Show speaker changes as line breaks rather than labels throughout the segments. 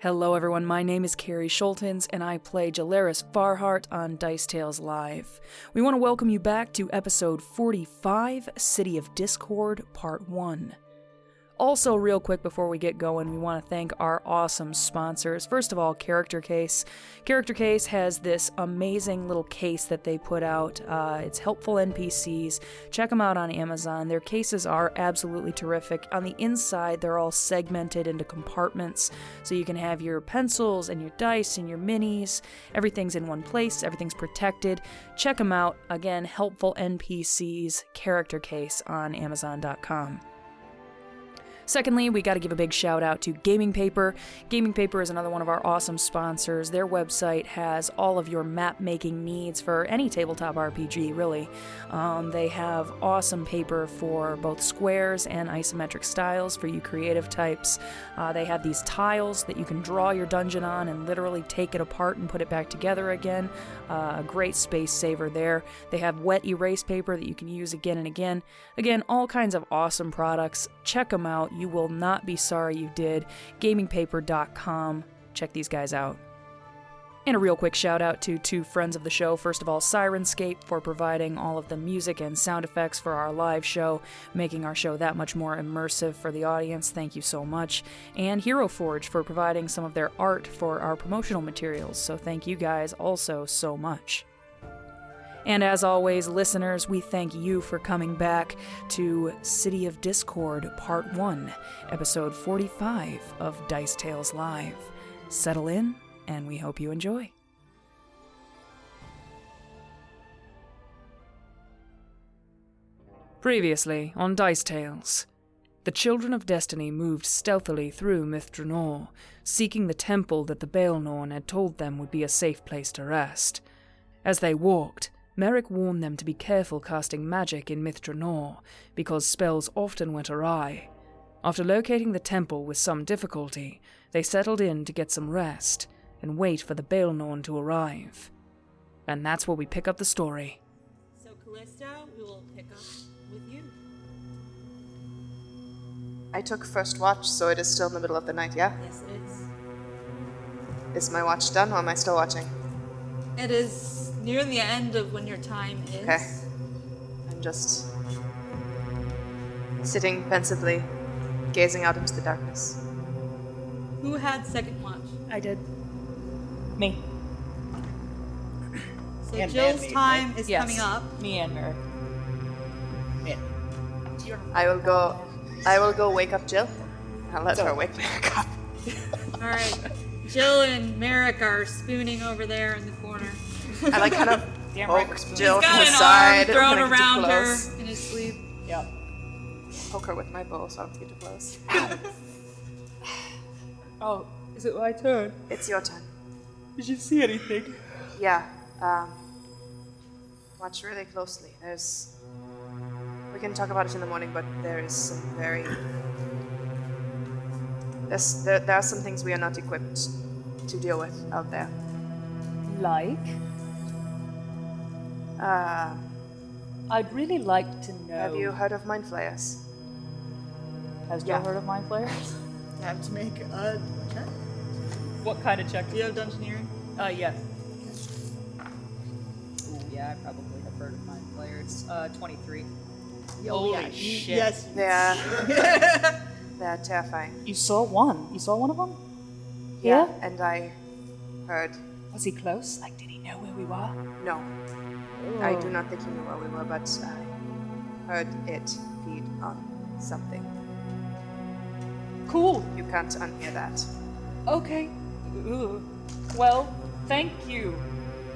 Hello, everyone. My name is Carrie Schultens, and I play Jalaris Farhart on Dice Tales Live. We want to welcome you back to episode 45, City of Discord, Part 1. Also, real quick before we get going, we want to thank our awesome sponsors. First of all, Character Case. Character Case has this amazing little case that they put out. Uh, it's helpful NPCs. Check them out on Amazon. Their cases are absolutely terrific. On the inside, they're all segmented into compartments, so you can have your pencils and your dice and your minis. Everything's in one place, everything's protected. Check them out. Again, helpful NPCs, Character Case on Amazon.com. Secondly, we got to give a big shout out to Gaming Paper. Gaming Paper is another one of our awesome sponsors. Their website has all of your map making needs for any tabletop RPG, really. Um, they have awesome paper for both squares and isometric styles for you creative types. Uh, they have these tiles that you can draw your dungeon on and literally take it apart and put it back together again. Uh, a great space saver there. They have wet erase paper that you can use again and again. Again, all kinds of awesome products. Check them out. You will not be sorry you did. Gamingpaper.com. Check these guys out. And a real quick shout out to two friends of the show. First of all, Sirenscape for providing all of the music and sound effects for our live show, making our show that much more immersive for the audience. Thank you so much. And Hero Forge for providing some of their art for our promotional materials. So thank you guys also so much. And as always, listeners, we thank you for coming back to City of Discord Part 1, Episode 45 of Dice Tales Live. Settle in, and we hope you enjoy. Previously on Dice Tales, the Children of Destiny moved stealthily through Mithranor, seeking the temple that the Baelnorn had told them would be a safe place to rest. As they walked, Merrick warned them to be careful casting magic in Mithranor, because spells often went awry. After locating the temple with some difficulty, they settled in to get some rest and wait for the Baelnorn to arrive. And that's where we pick up the story.
So Callisto, we will pick up with you.
I took first watch, so it is still in the middle of the night, yeah?
Yes, it is.
Is my watch done or am I still watching?
It is near the end of when your time is.
Okay. I'm just sitting pensively, gazing out into the darkness.
Who had second watch?
I did. Me.
So
And
Jill's
Mandy,
time is
Yes.
coming up.
Me and Merrick. Yeah.
I will go I will go wake up Jill. I'll let her wake me up.
All right. Jill and Merrick are spooning over there in the corner.
I like kind of
Damn right, we're
poke
spoons.
Jill from
Got
the
an
side.
arm
when I
thrown
get too
around her
close.
in his sleep.
Yep.
Poke her with my bow so I don't get too close.
Oh, is it my turn?
It's your turn.
Did you see anything?
Yeah. Um, watch really closely. There's. We can talk about it in the morning, but there is some very. There's, there, there are some things we are not equipped to deal with out there.
like.
Uh,
I'd really like to know.
Have
Oh.
you heard of mind flayers?
Has Joe
yeah.
heard of Mind Flayers?
Time to make a check.
What kind of check?
Do you have dungeoneering?
Uh, yes. Ooh, yeah, I probably have heard of Mind Flayers. Uh, 23. Holy
yeah, you-
shit.
Yes.
They are. they are terrifying.
You saw one. You saw one of them? Yeah?
And I heard.
Was he close? Like, did he know where we were? Oh.
No. I do not think he knew where we were, but I heard it feed on something.
Cool.
You can't unhear that.
Okay. Ooh. Well, thank you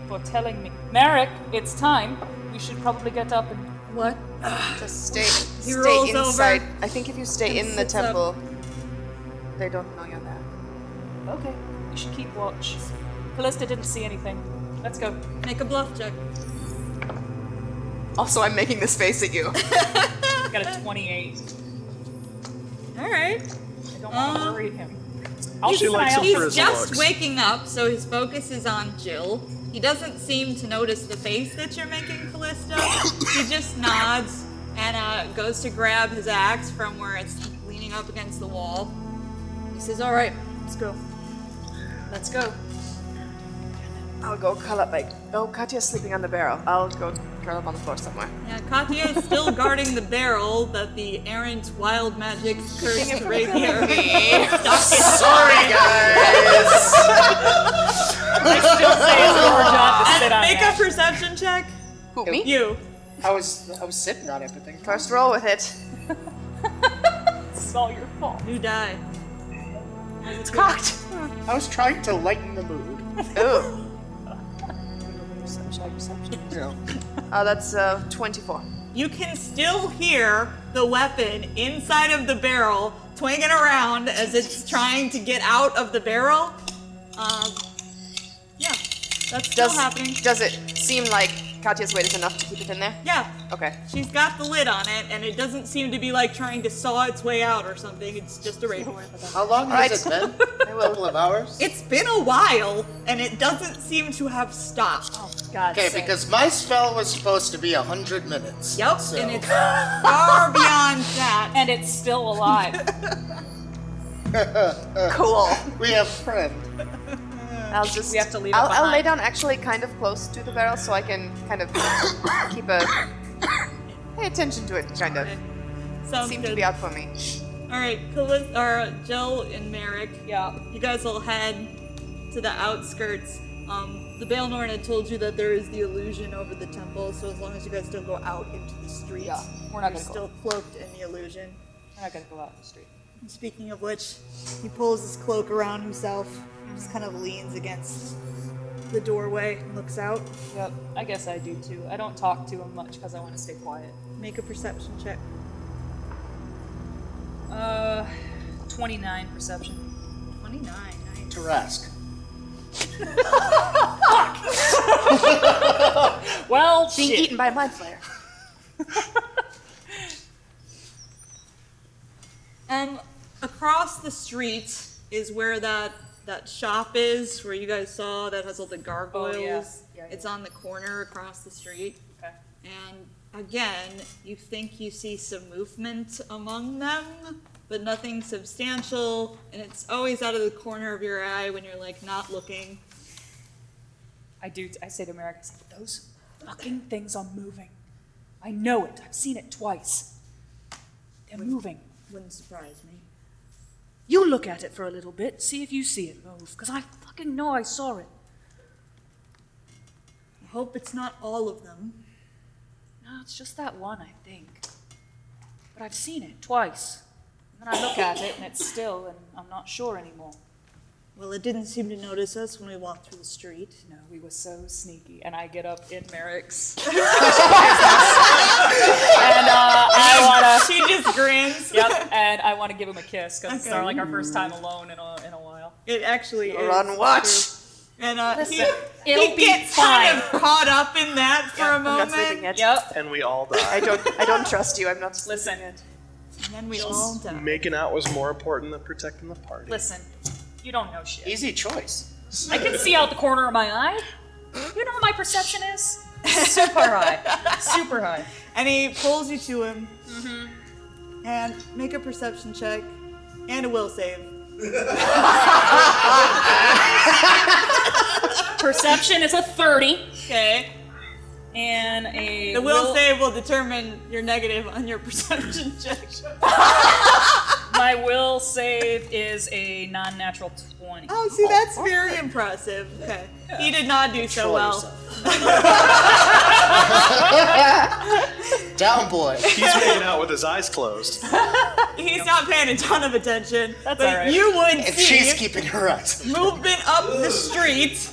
for telling me. Merrick, it's time. We should probably get up and. What?
Just stay,
He
stay
rolls over
inside. I think if you stay
and
in the
sits up.
temple, they don't know you're there.
Okay. We should keep watch. Callista didn't see anything. Let's go.
Make a bluff check.
Also, I'm making this face at you.
I got a 28.
All right.
I don't want to
Uh,
worry him. I'll
He's-
keep an eye out
He's
for-
just waking up, so his focus is on Jill. He doesn't seem to notice the face that you're making, Callisto. he just nods and uh, goes to grab his axe from where it's leaning up against the wall. He says, "All right, let's go."
Let's go.
I'll go curl up. Like, oh, Katya's sleeping on the barrel. I'll go curl up on the floor somewhere.
Yeah, Katya is still guarding the barrel that the errant wild magic cursed rapier
Sorry, guys.
I still say it's your job to sit on
Make a
that.
perception check.
Who me?
You.
I was I was sitting on everything.
First roll with it.
It's all your fault.
You die.
It's cocked. I was trying to lighten the mood.
Ooh.
You know,
Uh, that's uh, 24.
You can still hear the weapon inside of the barrel twanging around as it's trying to get out of the barrel. Um, yeah, that's still
Does,
happening.
does it seem like Katya's weight is enough to keep it in there?
Yeah,
Okay.
she's got the lid on it, and it doesn't seem to be like trying to saw its way out or something. It's just a rapier.
how long has it been? A couple of hours.
It's been a while, and it doesn't seem to have stopped.
Oh,
God.
Okay, because my spell was supposed to be hundred minutes.
Yep,
so-
and it's far beyond that.
And it's still alive.
Cool.
we have friend.
I'll just.
We have to leave it
I'll, I'll lay
behind.
down actually kind of close to the barrel so I can kind of keep a. Pay attention to it, kind of.
Sounds
Seemed
good.
to be out for me.
All right, Calis- or Jill and Merrick.
Yeah.
You guys will head to the outskirts. Um, the Baelnorn had told you that there is the illusion over the temple, so as long as you guys don't go out into the street,
Yeah, we're not
you're
gonna go.
still cloaked in the illusion.
I'm not gonna go out in the street.
Speaking of which, he pulls his cloak around himself, just kind of leans against the doorway, and looks out.
Yep, I guess I do too. I don't talk to him much because I want to stay quiet.
Make a perception check.
Uh, 29 perception.
29, nice.
Tarask.
Well,
Being
shit.
eaten by a mind flare.
And across the street is where that that shop is, where you guys saw that has all the gargoyles.
Oh, Yeah, yeah.
It's on the corner across the street.
Okay.
And again, you think you see some movement among them, but nothing substantial, and it's always out of the corner of your eye when you're like not looking.
I do. I say to Merrick, I say, those fucking things are moving. I know it. I've seen it twice. They're moving.
Wouldn't surprise me.
You look at it for a little bit, see if you see it move, because I fucking know I saw it.
I hope it's not all of them.
No, it's just that one, I think. But I've seen it twice. And then I look at it, and it's still, and I'm not sure anymore.
Well, it didn't seem to notice us when we walked through the street.
No, we were so sneaky. And I get up in Merrick's. and uh, I want to.
She just grins.
Yep, and I want to give him a kiss because it's our, like our first time alone in a, in a while.
It actually is.
Run watch.
And uh, he,
it'll
he
be
gets kind of caught up in that for a
I'm not
moment.
sleeping yet.
Yep.
And we all died.
I don't. I don't trust you. I'm not. sleeping
Listen,
yet.
And then we all die.
Making out was more important than protecting the party.
listen, you don't know shit.
Easy choice.
I can see out the corner of my eye. You know what my perception is? Super high. Super high.
And he pulls you to him.
Mm-hmm.
And make a perception check and a will save.
Perception is a 30
Okay.
and a
The will save will determine your negative on your perception check.
My will save is a non-natural 20.
Oh, see, that's very impressive. Okay. He did not do so
Troll
well.
yourself. Down boy.
He's making out with his eyes closed.
He's not paying a ton of attention.
That's
but
all right.
you would
And she's
see
keeping her eyes.
movement up the street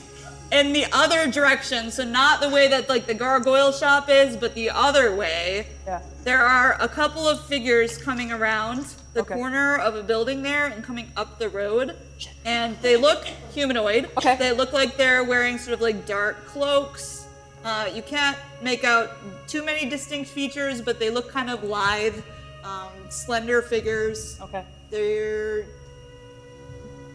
in the other direction. So not the way that like the gargoyle shop is, but the other way.
Yeah.
There are a couple of figures coming around the
Okay.
corner of a building there and coming up the road. And they look humanoid.
Okay.
They look like they're wearing sort of like dark cloaks. Uh, you can't make out too many distinct features, but they look kind of lithe, um, slender figures.
Okay.
They're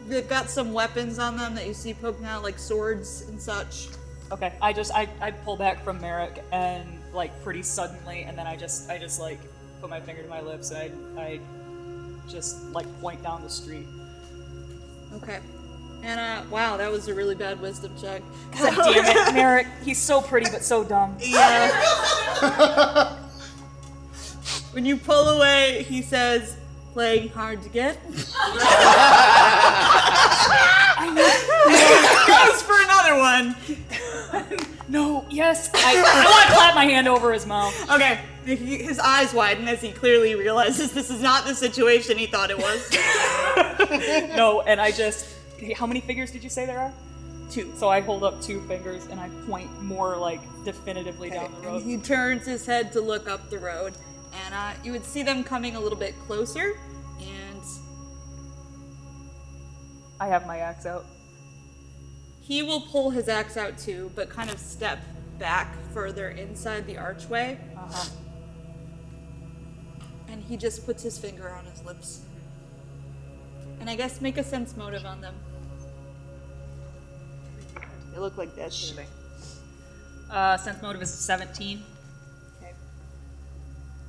they've got some weapons on them that you see poking out, like swords and such.
Okay. I just I, I pull back from Merrick and like pretty suddenly and then I just I just like put my finger to my lips and I I just like point down the street.
Okay. And uh, wow, that was a really bad wisdom check.
God damn it, Merrick. He's so pretty but so dumb.
Yeah. when you pull away, he says, playing hard to get. Goes for another one.
No, yes. I, I want to clap my hand over his mouth.
Okay. He, his eyes widen as he clearly realizes this is not the situation he thought it was.
No, and I just. hey, How many fingers did you say there are?
Two.
So I hold up two fingers and I point more like definitively down the road.
He turns his head to look up the road, and uh, you would see them coming a little bit closer. And
I have my axe out.
he will pull his axe out too, but kind of step back further inside the archway.
Uh-huh.
And he just puts his finger on his lips. And I guess make a sense motive on them.
They look like dead to me.
Uh, sense motive is 17.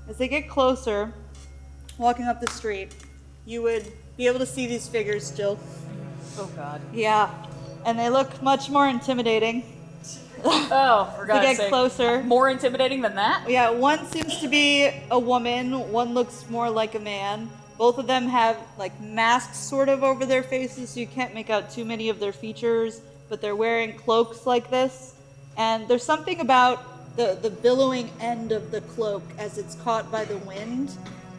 As they get closer, walking up the street, you would be able to see these figures still.
Oh God.
Yeah. And they look much more intimidating.
Oh, for
As they
God's
get
sake.
closer.
More intimidating than that?
Yeah, one seems to be a woman, one looks more like a man. Both of them have like masks sort of over their faces, so you can't make out too many of their features, but they're wearing cloaks like this. And there's something about the, the billowing end of the cloak as it's caught by the wind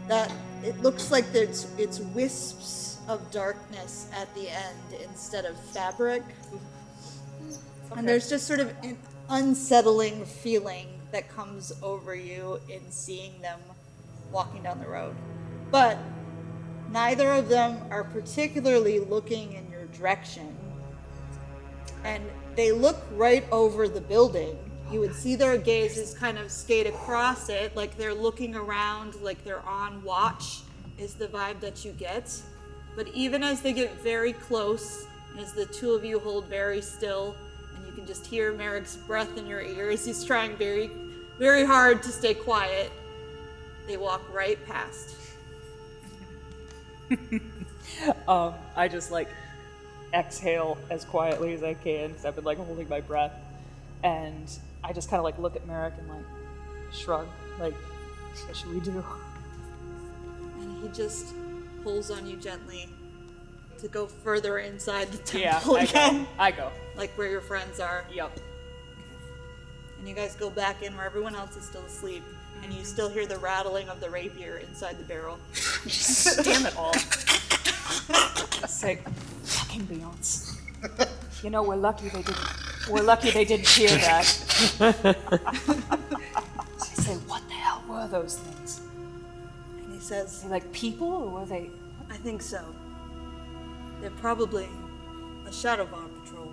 that it looks like there's it's wisps of darkness at the end instead of fabric. And there's just sort of an unsettling feeling that comes over you in seeing them walking down the road. But neither of them are particularly looking in your direction. And they look right over the building. You would see their gazes kind of skate across it, like they're looking around, like they're on watch, is the vibe that you get. But even as they get very close, and as the two of you hold very still, and you can just hear Merrick's breath in your ears, he's trying very, very hard to stay quiet. They walk right past.
Um, I just like exhale as quietly as I can because I've been like holding my breath, and I just kind of like look at Merrick and like shrug, like what should we do?
And he just pulls on you gently to go further inside the
Yeah,
temple
I go.
again,
I go.
like where your friends are.
Yep.
And you guys go back in where everyone else is still asleep, and you still hear the rattling of the rapier inside the barrel.
Damn it all. Sick. Fucking Beyonce. You know we're lucky they didn't. We're lucky they didn't hear that. I say, what the hell were those things?
And he says,
Were they like people or were they?
I think so. They're probably a shadow bomb patrol.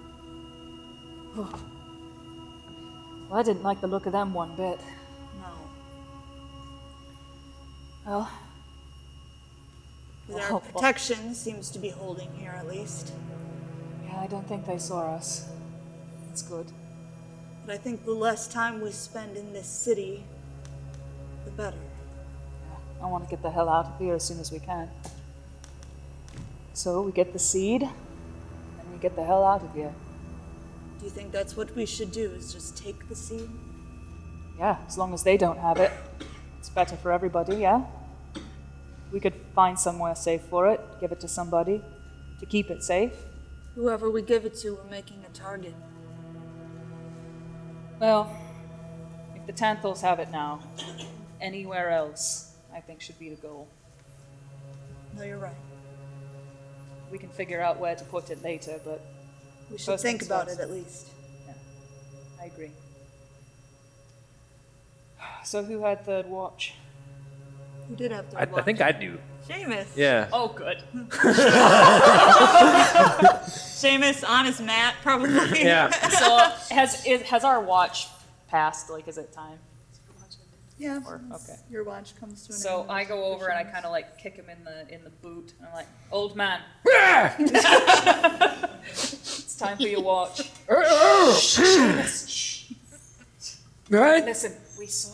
Well, I didn't like the look of them one bit.
No.
Well,
Their
Oh, oh.
protection seems to be holding here at least.
Yeah, I don't think they saw us. That's good.
But I think the less time we spend in this city, the better.
I want to get the hell out of here as soon as we can. So we get the seed, and we get the hell out of here.
Do you think that's what we should do? Is just take the seed?
Yeah, as long as they don't have it, it's better for everybody, yeah? We could find somewhere safe for it, give it to somebody to keep it safe.
Whoever we give it to, we're making a target.
Well, if the Tanthals have it now, anywhere else, I think, should be the goal.
No, you're right.
We can figure out where to put it later, but
We should
First
think
things
about
first.
it at least.
I agree. So who had third watch?
You did have to
I, I think I do.
Seamus.
Yeah.
Oh, good.
Seamus, honest Matt, probably.
Yeah.
So has is, has our watch passed? Like, is it time?
Yeah.
Or okay.
Your watch comes to an
So
end.
I go over and I kind of like kick him in the in the boot, and I'm like, "Old man,
It's time for your watch. Oh,
Right?
Listen, we saw.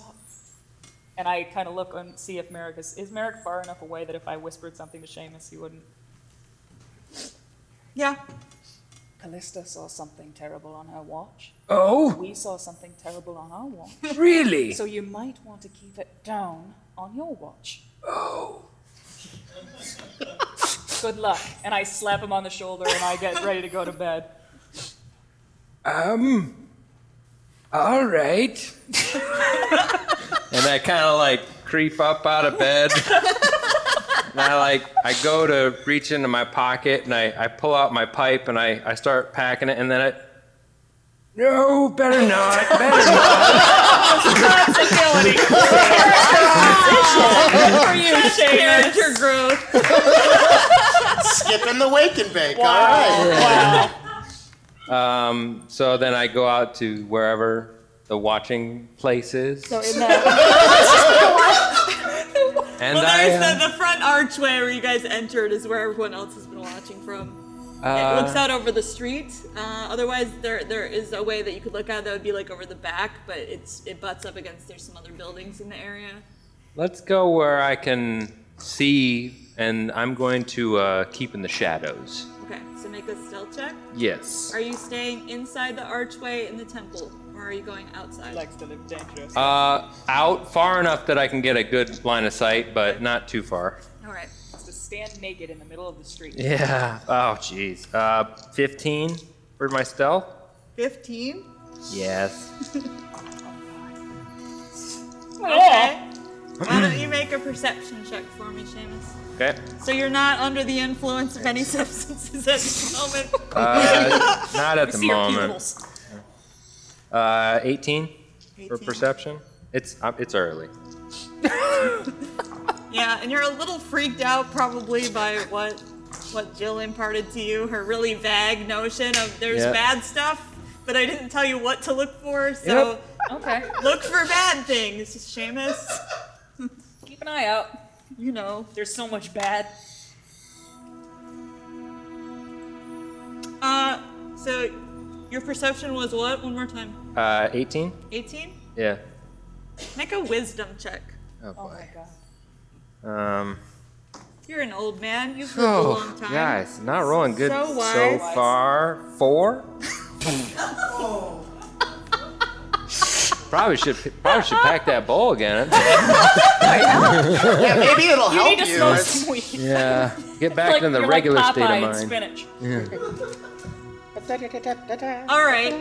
And I kind of look and see if Merrick is is Merrick far enough away that if I whispered something to Seamus, he wouldn't.
Yeah.
Callista saw something terrible on her watch.
Oh?
We saw something terrible on our watch.
Really?
So you might want to keep it down on your watch.
Oh.
Good luck. And I slap him on the shoulder and I get ready to go to bed.
Um. All right.
And I kind of like creep up out of bed. and I like, I go to reach into my pocket and I, I pull out my pipe and I, I start packing it. And then I,
No, better not. Better
Good
for you,
Character
growth.
Skipping the wake and bake. All right.
um, so then I go out to wherever the watching place is.
So in that.
And
well,
I.
there's
uh,
the, the front archway where you guys entered is where everyone else has been watching from.
Uh,
it looks out over the street. Uh, otherwise, there there is a way that you could look out that would be like over the back, but it's it butts up against there's some other buildings in the area.
Let's go where I can see, and I'm going to uh, keep in the shadows.
Okay, so make a stealth check.
Yes.
Are you staying inside the archway in the temple, or are you going outside?
Likes to live dangerous.
Uh, out far enough that I can get a good line of sight, but not too far.
All right.
Just to stand naked in the middle of the street.
Yeah. Oh, jeez. Uh, 15 for my stealth.
Fifteen.
Yes.
Okay. Why don't you make a perception check for me, Seamus?
Okay.
So you're not under the influence of any substances at this moment.
Uh, not at
We
the
see your
moment.
pupils.
Uh, 18, for
18.
perception. It's uh, it's early.
Yeah, and you're a little freaked out probably by what what Jill imparted to you, her really vague notion of there's
Yeah.
bad stuff, but I didn't tell you what to look for, so
Yep. Okay.
look for bad things, Seamus.
Keep an eye out.
You know,
there's so much bad.
Uh so your perception was what? One more time.
Uh, 18.
18?
Yeah.
Make a wisdom check.
Oh
my god.
Um.
You're an old man. You've lived a
Oh,
long time.
guys, not rolling good
So
so,
wise.
far. Four. probably should probably should pack that bowl again.
Yeah, maybe it'll
You
help
need to
you.
smoke
It's-
some weed.
Yeah, get back
It's like-
in the
you're
regular
like
state
Popeye
of
and
mind.
Spinach.
Yeah.
All right.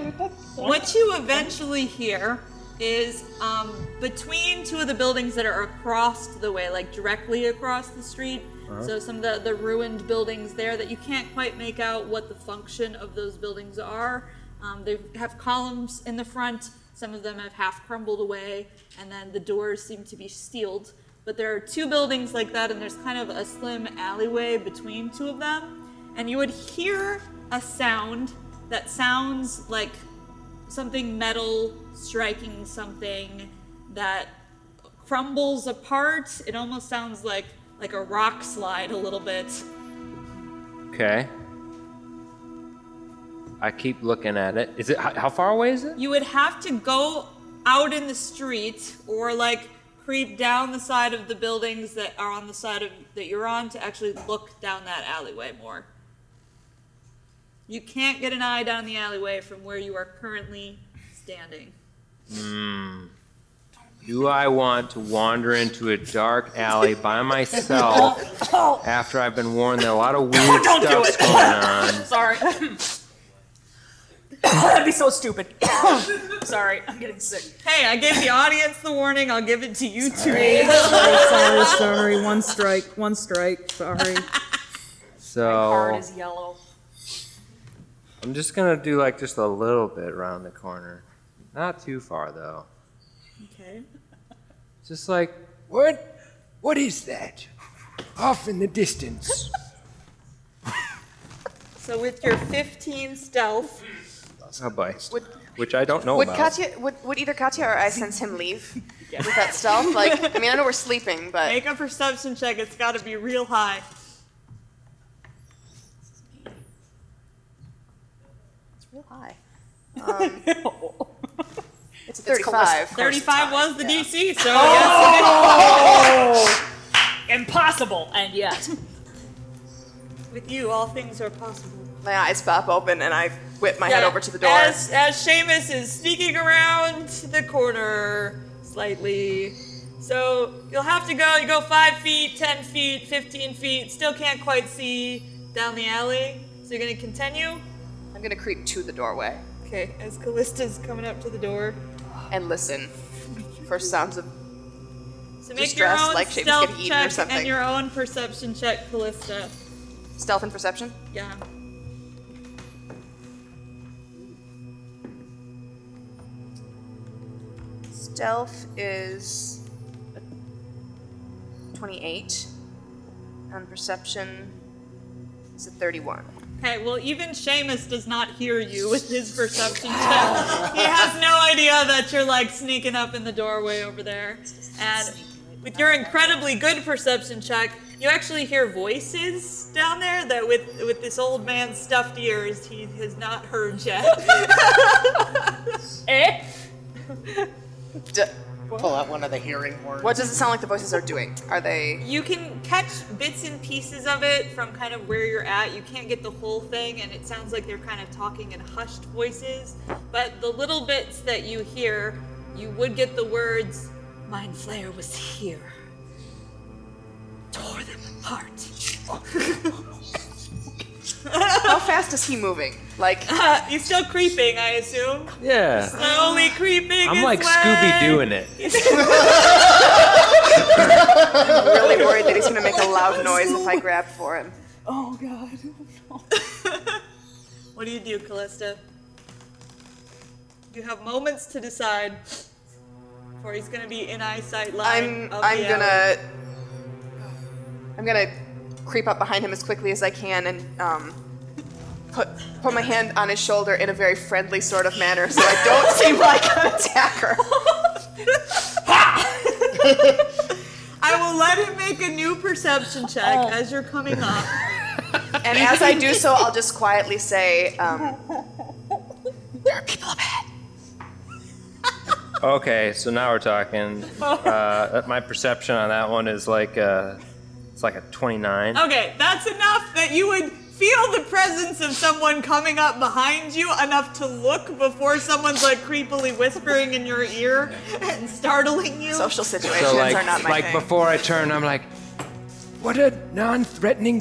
What you eventually hear is um, between two of the buildings that are across the way, like directly across the street.
Uh-huh.
So some of the, the ruined buildings there that you can't quite make out what the function of those buildings are. Um, they have columns in the front. Some of them have half crumbled away, and then the doors seem to be sealed. But there are two buildings like that, and there's kind of a slim alleyway between two of them and you would hear a sound that sounds like something metal striking something that crumbles apart. It almost sounds like like a rock slide a little bit.
Okay. I keep looking at it. Is it how, how far away is it?
You would have to go out in the street or like creep down the side of the buildings that are on the side of that you're on to actually look down that alleyway more. You can't get an eye down the alleyway from where you are currently standing.
Hmm. Do I want to wander into a dark alley by myself after I've been warned that a lot of weird
Don't do
stuff's
it.
going on?
Sorry. That'd be so stupid. Sorry, I'm getting sick.
Hey, I gave the audience the warning. I'll give it to you two.
Sorry, sorry, sorry. One strike. One strike. Sorry.
So
yellow.
I'm just gonna do like just a little bit around the corner, not too far though.
Okay.
Just like
What? What is that? Off in the distance.
So with your 15 stealth,
oh boy,
Would-
which I don't know
would
about.
Katya would, would either Katya or I sense him leave with that stealth? Like I mean I know we're sleeping, but
make a perception check. It's got to be real high.
it's real high. Um, it's a
It's close-
35.
35 was the DC, so
Oh!
yes.
Impossible, and yet.
With you, all things are possible.
My eyes pop open and I whip my head
Yeah,
over to the door.
As, as Seamus is sneaking around the corner slightly. So you'll have to go. You go 5 feet, 10 feet, 15 feet. Still can't quite see down the alley. So you're going to continue?
I'm going to creep to the doorway.
Okay, as Callista's coming up to the door.
And listen for sounds of
So make your
distress,
own
like Seamus
stealth
getting eaten or
check
something.
and your own perception check, Callista.
Stealth and perception?
Yeah.
Stealth is 28, and perception is a 31.
Okay, well, even Seamus does not hear you with his perception check. He has no idea that you're like sneaking up in the doorway over there. And with your incredibly good perception check, you actually hear voices down there that with with this old man's stuffed ears, he has not heard yet. eh?
Pull out one of the hearing horns.
What does it sound like the voices are doing? Are they.
You can catch bits and pieces of it from kind of where you're at. You can't get the whole thing, and it sounds like they're kind of talking in hushed voices. But the little bits that you hear, you would get the words, Mind Flayer was here. Tore them apart.
How fast is he moving? Like.
he's still creeping, I assume.
Yeah.
Slowly creeping.
I'm
his
like
way.
Scooby doing it.
I'm really worried that he's going to make a loud noise if I grab for him.
Oh god. what do you do, Callista? You have moments to decide or he's gonna be in eyesight line.
I'm
of
I'm
the
gonna
alley.
I'm gonna creep up behind him as quickly as I can and um, put put my hand on his shoulder in a very friendly sort of manner, so I don't seem like an attacker.
I will let him make a new perception check as you're coming up.
And as I do so, I'll just quietly say, um,
Okay, so now we're talking. Uh, my perception on that one is like uh it's like a 29.
Okay, that's enough that you would feel the presence of someone coming up behind you enough to look before someone's like creepily whispering in your ear and startling you.
Social situations
so like,
are not my
like
thing.
before I turn, I'm like, what a non-threatening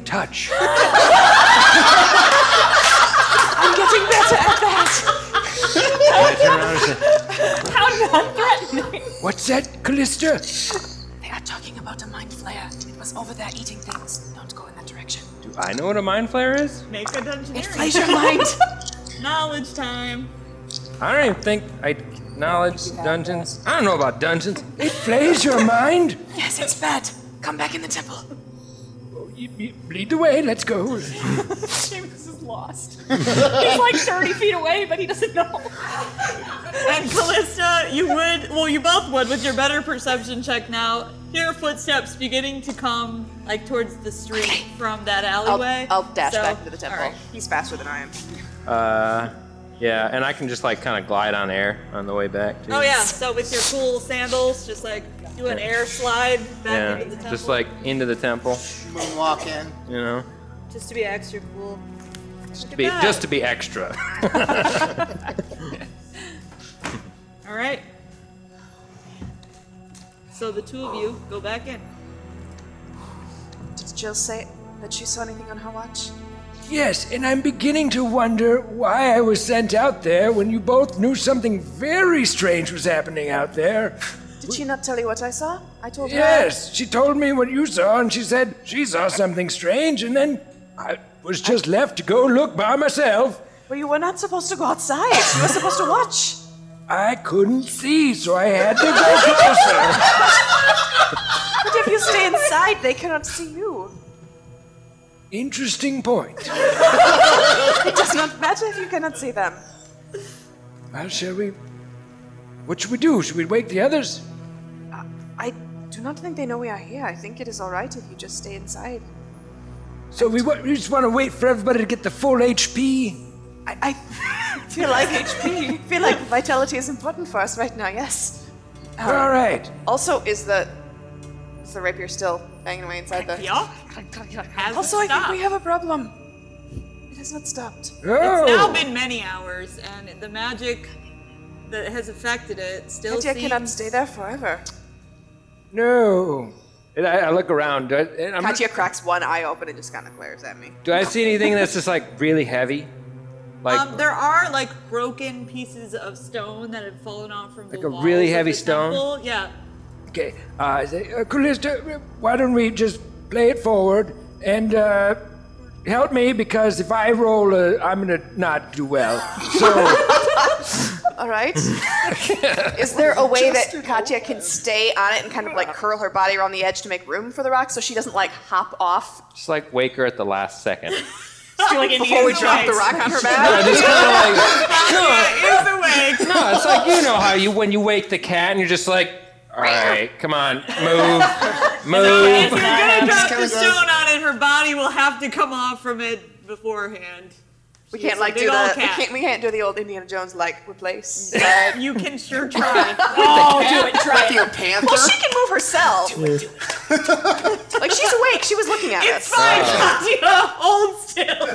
touch.
I'm getting better at that.
And I turn around and say,
How non-threatening.
What's that, Callista?
They are talking about a mind flare. It was over there eating things. Don't go in that direction.
Do I know what a mind flare is?
Make a dungeon. It
flays your mind.
Knowledge time.
I don't even think I knowledge dungeons. I don't know about dungeons. It flays your mind.
Yes, it's bad. Come back in the temple.
Oh, Lead the way. Let's go.
Seamus is lost. He's like 30 feet away, but he doesn't know.
And Callista, you would, well, you both would with your better perception check now, hear footsteps beginning to come like towards the street from that alleyway.
I'll, I'll dash
So-
back into the temple. He's faster than I am.
Uh, yeah, and I can just like kind of glide on air on the way back. Too.
Oh, yeah, so with your cool sandals, just like do an air slide back into the
Yeah,
temple.
just like into the temple,
Moonwalk in.
you know,
Just to be extra cool.
just
Look
to
at
be,
that.
just to be extra.
All right. So the two of you go back in.
Did Jill say that she saw anything on her watch?
Yes, and I'm beginning to wonder why I was sent out there when you both knew something very strange was happening out there.
Did she not tell you what I saw? I told her.
Yes, she told me what you saw, and she said she saw something strange, and then I was just left to go look by myself.
Well, you were not supposed to go outside. You were supposed to watch.
I couldn't see, so I had to go closer.
But if you stay inside, they cannot see you.
Interesting point.
it does not matter if you cannot see them.
Well, shall we? What should we do? Should we wake the others?
I do not think they know we are here. I think it is all right if you just stay inside.
So we, wa- we just want to wait for everybody to get the full HP.
I, I feel like HP. feel like vitality is important for us right now. Yes. Um,
All right.
Also, is the is the rapier still banging away inside the?
Yeah.
Also, I think we have a problem. It has not stopped.
It's
Oh,
now been many hours, and the magic that has affected it still
Magic
seems...
cannot stay there forever.
No. And I, I look around. Do I, and I'm not-
Katya cracks one eye open and just kind of glares at me.
do I see anything that's just like really heavy? Like
um, there are like broken pieces of stone that have fallen off from the
Like a
walls
really
of
heavy
the
stone?
temple. Yeah.
Okay, uh, I say, uh, Callista, why don't we just play it forward and uh, help me because if I roll, uh, I'm gonna not do well. So
All right. Is there a way that Katya can stay on it and kind of like curl her body around the edge to make room for the rock so she doesn't like hop off
just like wake her at the last second.
before we drop the rock on her
No,
back?
just kind of like
Oh, Either way.
no. It's like you know how you when you wake the cat and you're just like, all right, come on, move,
If
move.
you're gonna
Just
drop
kinda
the
gross.
stone on it, her body will have to come off from it beforehand.
We
She's
can't
a
like
big
do
old
the we
cat.
can't, we can't do the old Indiana Jones like replace.
you can sure try.
oh,
do it, try
your panther. Well, she can move herself. like she's awake. She was looking at us.
fine,
Uh.
Ah.
Katya. Hold still.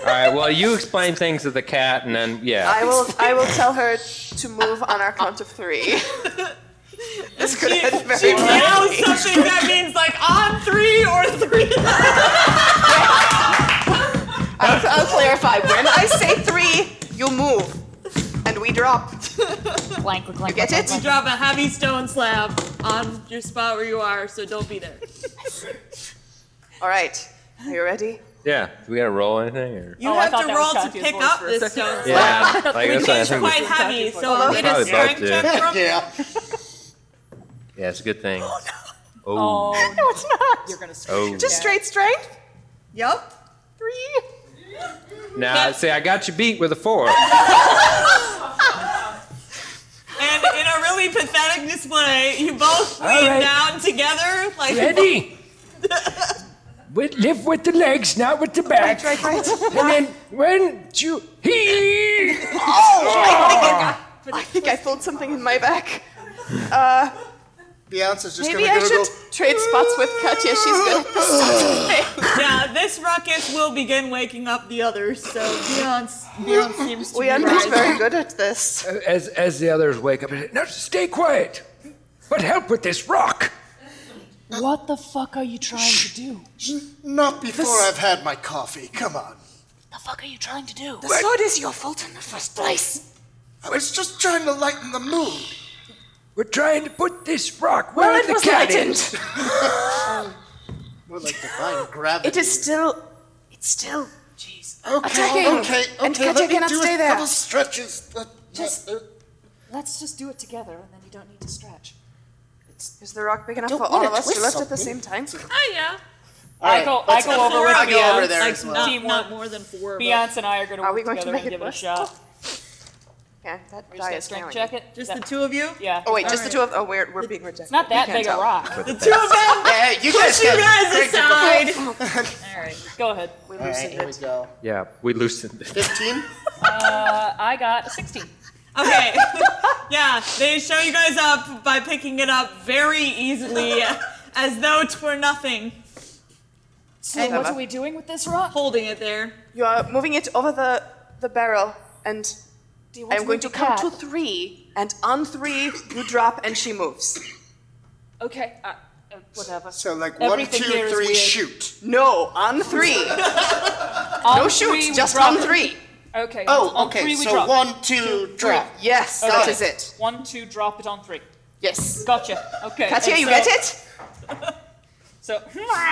All right, well you explain things to the cat and then yeah.
I will. I will tell her to move on our count of three. this could end very
She
badly.
yells something that means like on three or three.
I'll, I'll clarify. When I say three, you move, and we drop.
Blank, blank,
get blank, it?
You
blank,
drop a heavy stone slab on your spot where you are, so don't be
Oh,
there.
All right. Are you ready?
Yeah, do we gotta roll anything or?
You
Oh, I
have
thought
to
that
roll
was
to
Katya's
pick
voice
up
for a
this
second.
stone slab.
Yeah, like I
Which
said, I
is
think
quite
we-
heavy, so
Probably
get a
both
strength
did.
check from
Yeah.
Yeah, it's a good thing. Oh.
No, it's not. You're
gonna
Oh.
Just straight strength.
Yep.
Three.
Now, see, I got you beat with a four.
And in a really pathetic display, you both
All
lean
right.
down together like
ready. We live with the legs, not with the back.
Right, right, right.
And then when you he
Oh, I think I pulled something in my back. Uh,
Beyonce's just
maybe I
gonna go,
should trade spots with Katya. She's good at this sort of thing.
Yeah, this ruckus will begin waking up the others, so Beyonce, Beyonce seems to
We
be
are not
rising.
very good at this.
as as the others wake up, I say, now stay quiet, but help with this rock.
What the fuck are you trying to do?
go. Not before I've had my coffee. Come on.
The fuck are you trying to do?
The sword
is your fault in the first place.
I was just trying to lighten the mood.
We're trying to put this rock where the cat is.
More like divine gravity.
It is still. It's still. Jeez.
Okay,
Attacking.
okay, okay.
And Katya
let me
cannot
do
stay
a
there.
couple stretches. Let-
Just-
let-
Let's just do it together, and then you don't need to stretch.
Is the rock big enough
Don't
for all
wanna
of us to
twist
lift at the same
something.
time?
Ah!
Oh yeah.
I go, I go over with
I'll go
Beyonce.
over there
like,
as well.
not,
Not, not more than four. but-
Beyonce and I are going to
Are we
work
going to
together
make
and
it
give it a
work?
shot.
Yeah, that
Just
die
gonna
is
strength
failing.
check it.
Just
That-
the two of you?
Yeah.
Oh wait,
All
just the
right.
two of. Oh, we're we're being rejected.
It's not that
We can't
big
tell.
a rock.
The two of them.
Yeah, you
Push
guys
you
got
guys
great-
aside.
All right, go ahead.
All right, here we go.
Yeah, we loosened it.
15?
Uh, I got a 16.
Okay. yeah, they show you guys up by picking it up very easily, as though it were nothing.
So what are we doing with this rock?
Holding it there.
You are moving it over the the barrel, and
Do you
I
want
am going to
move the
count to
cat?
three, and on three you drop, and she moves.
Okay, uh, uh, whatever.
So, like, one,
Everything here
two,
is
three,
weird.
shoot.
No, on three.
On
no
three,
shoots,
we
just
drop
on
it.
three.
Okay.
Oh,
on
okay,
Three we
so
drop.
one, two, drop.
Yes,
Okay.
that is it.
One, two, drop it on three.
Yes.
Gotcha. Okay.
Katya,
and
you
so-
get it?
So,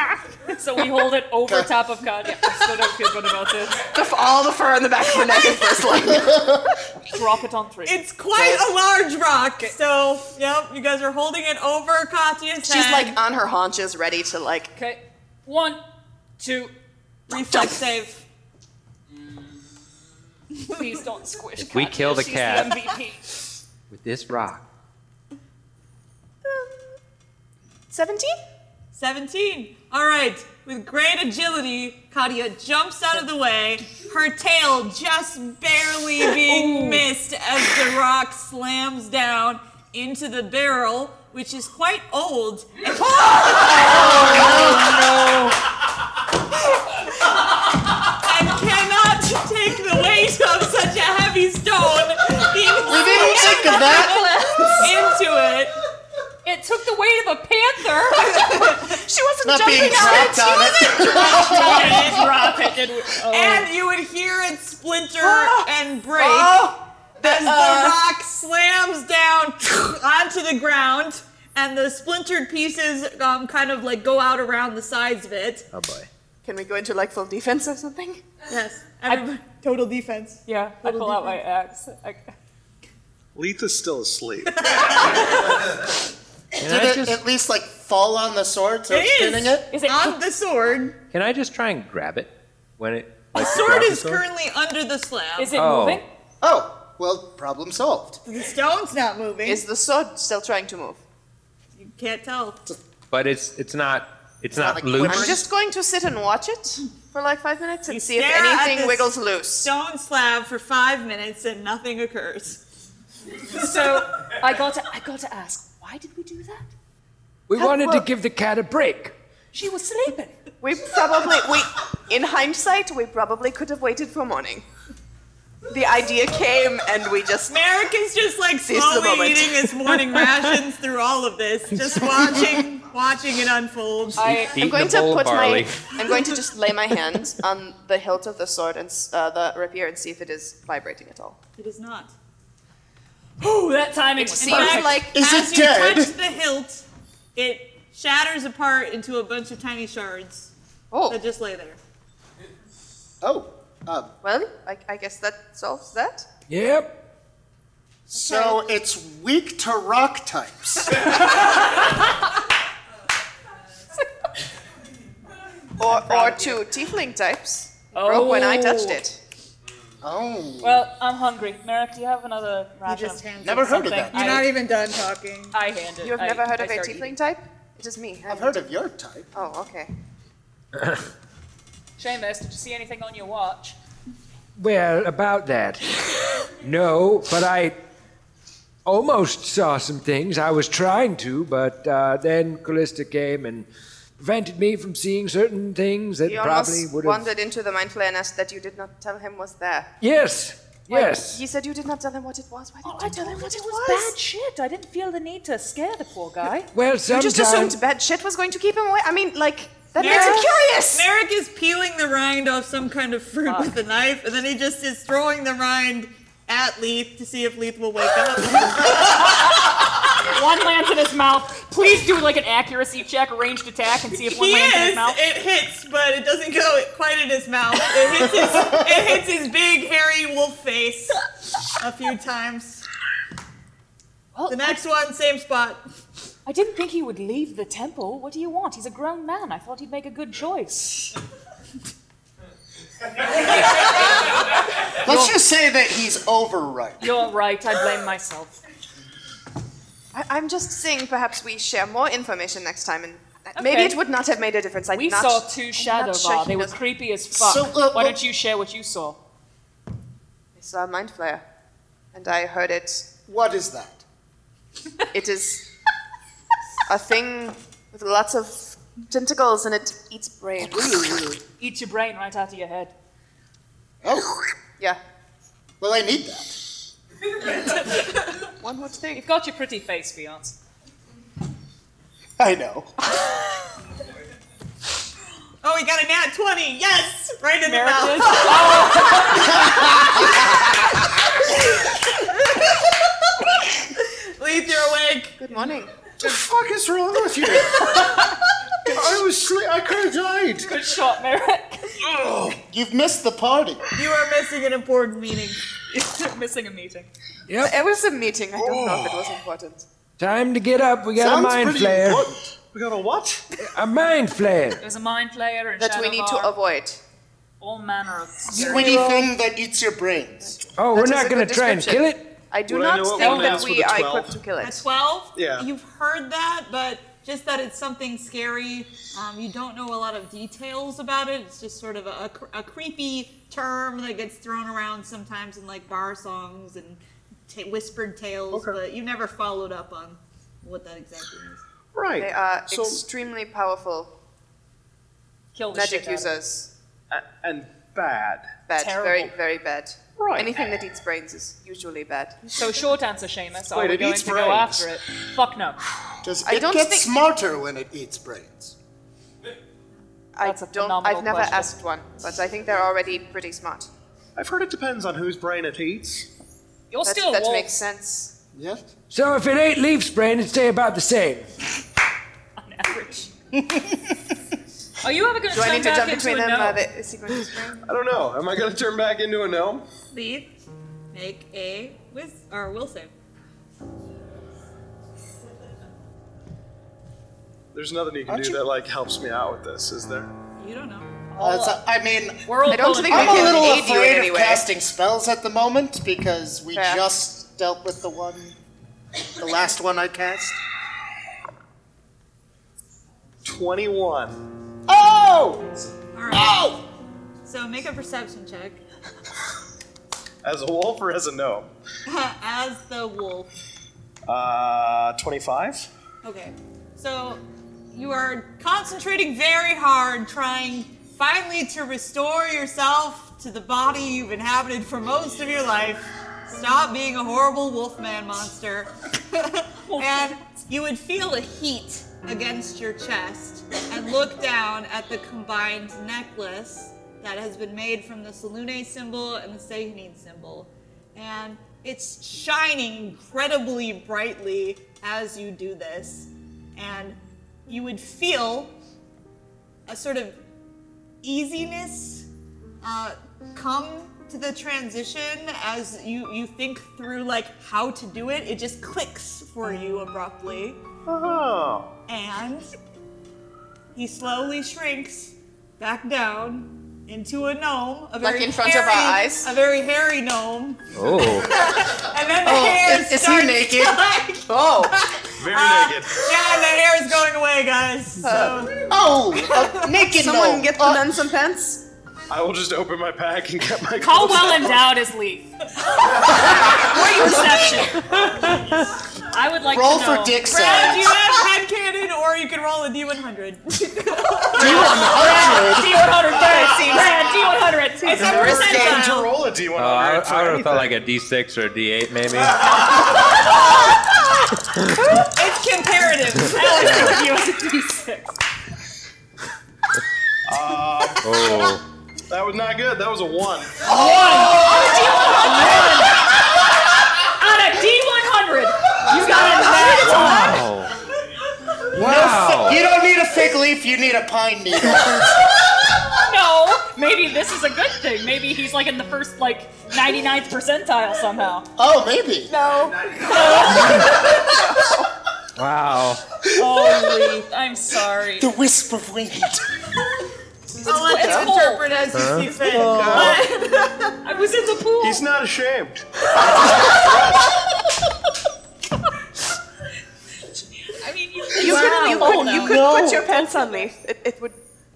so we hold it over top of Katya. I still don't feel good about this.
The, f- all the fur on the back of her neck is bristling.
Drop it on three.
It's quite a large rock. So, yep, you guys are holding it over Katya's
She's
head.
like on her haunches, ready to like.
Okay. One, two.
reflex save.
Please don't squish.
If we
Katya.
kill the
She's
cat.
The MVP.
With this rock.
17?
17. All right. With great agility, Katya jumps out of the way, her tail just barely being missed as the rock slams down into the barrel, which is quite old. And-
not
jumping
being
out
dropped
at
on
you
it.
and dropped on it.
Drop it, did we- oh.
And you would hear it splinter and break
Oh.
as the
Uh.
rock slams down onto the ground, and the splintered pieces um, kind of like go out around the sides of it.
Oh boy.
Can we go into like full defense or something?
Yes.
total defense.
Yeah, I
Total
pull out my axe. I,
Letha's still asleep.
Can
Did
I
it
just-
at least like fall on the sword, so
It
it's spinning
is.
it?
Is it on the sword?
Can I just try and grab it when it?
The
like,
sword
grab
is currently under the slab.
Is
it Oh. moving?
Oh, well, problem solved.
The stone's not moving.
Is the sword still trying to move?
You can't tell.
But it's it's not it's not, loose.
I'm just going to sit and watch it for like five minutes and see if
Stare at
anything
this
wiggles loose.
Stone slab for five minutes and nothing occurs.
So I got to I got to ask, why did we do that?
We
Cat-
wanted to
well-
give the cat a break.
She was sleeping.
We probably we in hindsight we probably could have waited for morning. The idea came and we just
Merrick is just like
Seize the
slowly
moment.
eating his morning rations through all of this, just watching watching it unfold.
I, am going to put my I'm going to just lay my hand on the hilt of the sword and s- uh, the rapier and see if it is vibrating at all.
It is not.
Ooh, that timing
It
was
seems
perfect.
like as you touch the hilt, it shatters apart into a bunch of tiny shards
oh.
that just lay there.
Oh, um,
Well, I, I guess that solves that.
Yep.
So it's weak to rock types.
Or or two tiefling types. It Broke when I touched it.
Oh.
Well, I'm hungry. Merrick, do you have another ration?
just handed
Never heard of that.
You're not even done talking.
I hand it.
You have
I-
never Oh. heard
I
of a
start
tiefling
eating.
type? It is me.
I've heard of your type.
Oh, okay.
Seamus, did you see anything on your watch?
Well, about that. no, but I almost saw some things. I was trying to, but uh, then Callista came and prevented me from seeing certain things that
You
probably
almost
would have.
wandered into the mind flayer nest that you did not tell him was there.
Yes,
Why-
yes.
He said you did not tell him what it was. Why
Oh,
didn't you tell him what it
It was bad shit. I didn't feel the need to scare the poor guy.
Well,
You just assumed
sometimes-
bad shit was going to keep him away. I mean, like that makes me curious.
Merrick is peeling the rind off some kind of fruit with a knife, and then he just is throwing the rind at Leith to see if Leith will wake up.
One lands in his mouth. Please do like an accuracy check, a ranged attack, and see if one
he
lands in
is.
his mouth.
It hits, but it doesn't go quite in his mouth. It hits his, it hits his big hairy wolf face a few times. the next one, same spot.
I didn't think he would leave the temple. What do you want? He's a grown man. I thought he'd make a good choice.
Let's just say that he's overripe.
You're right. I blame myself.
I, I'm just saying, perhaps we share more information next time, and maybe
Okay.
it would not have made a difference. I'm
We
not,
saw two
I'm
shadow
not sure
var.
he
They were
knows-
creepy as fuck.
So, uh,
Why
uh,
don't you share what you saw?
I saw a mind flare, and I heard it.
What is that?
It is a thing with lots of tentacles, and it eats brains.
Eat your brain right out of your head.
Oh,
yeah.
well, I need that.
One more thing.
You've got your pretty face, Beyonce.
I know.
Oh, he got a nat 20. Yes! Right in
Merrick
the
did?
mouth. Leith, you're awake.
Good morning.
The fuck is wrong with you? I was sleep. I could have died.
Good shot, Merrick.
Oh, you've missed the party.
You are missing an important meeting.
Missing a meeting.
Yep.
It was a meeting. I don't know if it was important.
Time to get up. We got
Sounds
a mind
pretty
flare.
important.
We got a what?
A mind flare.
There's a mind player and
That we need to avoid.
all manner of
Squiddy thing that eats your brains.
Oh,
That
we're
is a
not
good
going to try and kill
description.
it.
I do
Would
not
I know what
think
one
that
is with
we
a
are
12?
equipped to kill
A
it.
12?
Yeah.
You've heard that, but just that it's something scary. Um, you don't know a lot of details about it. It's just sort of a, a cr- a creepy term that gets thrown around sometimes in like bar songs and ta whispered tales, but you never followed up on what that exactly is.
Right.
They uh, are
So-
extremely powerful
Oh,
Kill the
magic
shit out of it.
users.
and bad.
Bad,
Terrible.
very, very bad.
Right.
Anything that eats brains is usually bad.
So short answer, Seamus. Are
Wait,
we
it
going
eats
to go
brains.
after it? Fuck no.
Does
I
it
don't
get
think-
smarter when it eats brains?
I
That's a
don't.
phenomenal
I've never
question.
asked one, but I think they're already pretty smart.
I've heard it depends on whose brain it eats.
You're
That-
still
That
woke.
makes sense.
Yes.
So if it ain't leaf brain, it'd stay about the same.
Average. Are you ever going
Do I need to jump between them?
gnome?
Are they- is he going to spring?
I don't know. Am I going to turn back into a gnome?
Leaf, make a wiz or will save.
There's nothing you can
Aren't
do
you-
that like helps me out with this, is there?
You don't know.
Uh, so- I mean,
World
I don't
building.
think
I
I'm
can
a little
aid you in
afraid of
any way.
casting spells at the moment because we just dealt with the one, the last one I cast.
Twenty-one.
Oh!
All right. So make a perception check
As a wolf or as a gnome?
as the wolf.
Uh, twenty-five.
Okay. So you are concentrating very hard, trying finally to restore yourself to the body you've inhabited for most of your life. Stop being a horrible wolfman monster. and you would feel a heat against your chest and look down at the combined necklace that has been made from the Salune symbol and the Sehanine symbol and it's shining incredibly brightly as you do this. And you would feel a sort of easiness uh, come to the transition as you, you think through like how to do it. It just clicks for you abruptly.
Uh-huh.
Oh.
And he slowly shrinks back down into a gnome. A
Like
very
in front of our
hairy-
eyes?
A very hairy gnome
Oh,
and then the
Oh,
hair
is- is he
starts
naked?
to, like-
Oh.
Very
Uh,
naked.
Yeah, and the hair is going away, guys. So.
oh, naked
Someone
gnome.
get the nun some pants.
I will just open my pack and get my.
How well endowed is Leaf? Perception. I would like
Roll
to
for
know.
dick
Brad,
size.
do you have headcanon or you can roll a D100?
Brad, D100 first. Brad, D100.
It's a
Going to
percentile.
roll a d100.
Oh, I,
for
I would have thought like
anything.
a D6 or a D8 maybe.
It's comparative.
I always think of you as a D6.
Uh,
Oh,
that was not good. That was a one.
On a D100, you got a nat
wow,
No,
Wow.
fi- you don't need a fig leaf. You need a pine needle.
No, maybe this is a good thing. Maybe he's like in the first like 99th percentile somehow.
oh, maybe.
wow.
Holy, I'm sorry. Oh,
The wisp of wind.
I'll let
It's
you
cold.
interpret as
Uh,
you see fit.
I was in the pool.
He's not ashamed.
I mean,
You
you,
could, you
Oh,
could, you
no.
could put your pants on me. It, it would.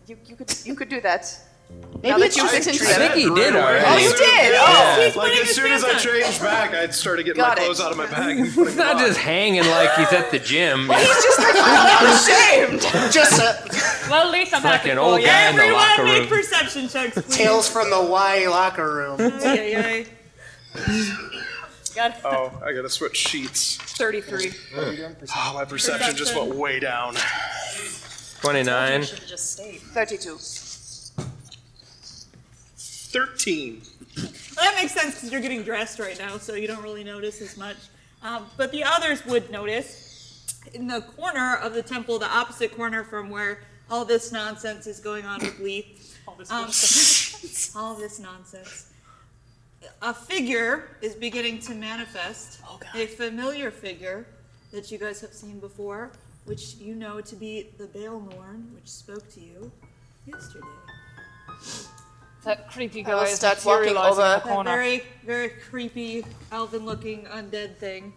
You, you could you could do that. now
Maybe
that
it's
you've
just
written to
I think
them.
he did already.
Oh, you did. Oh,
he's
like
putting
as
his
soon as I
pants on.
changed back, I started getting
Got
my
it.
clothes out of my bag. And putting
He's not
them on.
just hanging like he's at the gym. He's
he's just like I'm not ashamed.
Just uh,
Well, Leaf, I'm happy
Fucking
for
old
you.
guy in the
Everyone
locker
make
room.
perception checks, please.
tales from the Y locker room.
Ay, ay, ay.
Got
Oh, I gotta switch sheets.
33.
Oh, my perception just went way down.
29.
Should have just stayed.
Thirty-two.
Thirteen.
Well, that makes sense because you're getting dressed right now, so you don't really notice as much. Um, but the others would notice. In the corner of the temple, the opposite corner from where all this nonsense is going on with Lee,
All this
um,
bullshit.
all this nonsense, a figure is beginning to manifest.
Oh,
a familiar figure that you guys have seen before, which you know to be the Baelmorn, which spoke to you yesterday.
That creepy
I will
guy is
start walking
materializing in
over.
the
That
corner.
very, very creepy, elven-looking undead thing.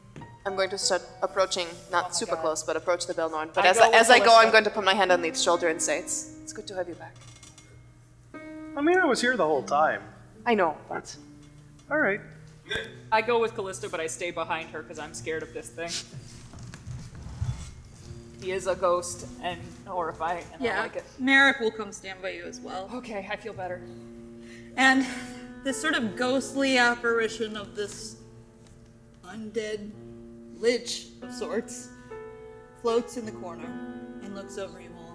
I'm going to start approaching, not super close, but approach the Belnorn. But
I
as
go
I,
with
as I go,
Callista.
I'm going to put my hand on Leith's shoulder and say, "It's it's good to have you back."
I mean, I was here the whole time.
I know, but
All right.
I go with Callista, but I stay behind her because I'm scared of this thing. He is a ghost and horrifying, and I like it.
Merrick will come stand by you as well.
Okay, I feel better.
And this sort of ghostly apparition of this undead lich of sorts floats in the corner and looks over you all.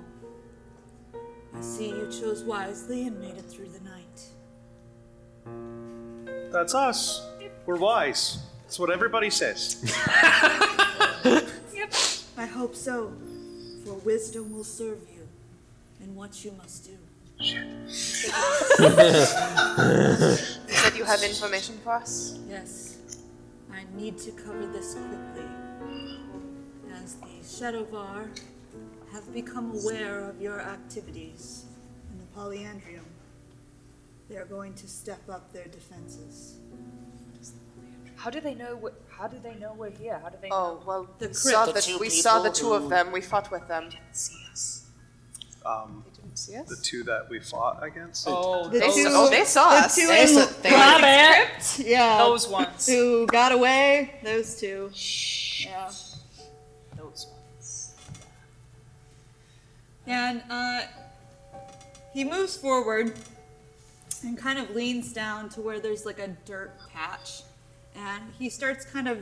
I see you chose wisely and made it through the night.
That's us. We're wise. That's what everybody says.
Yep. I hope so. For wisdom will serve you in what you must do.
You said you have information for us?
Yes. I need to cover this quickly. As the Shadowvar have become aware of your activities
in the Polyandrium,
they're going to step up their defenses.
How do they know? Wh- how do they know we're here? How do they? know?
Oh well, we saw the, we saw the two of them. We fought with them. Didn't see us.
Um,
See us?
the two that we fought against.
Oh, They those- saw- oh, they saw us. They saw- they-
Rob
it.
Yeah.
Those ones.
Who got away? Those two. Yeah.
Those ones.
And uh, he moves forward and kind of leans down to where there's like a dirt patch. And he starts kind of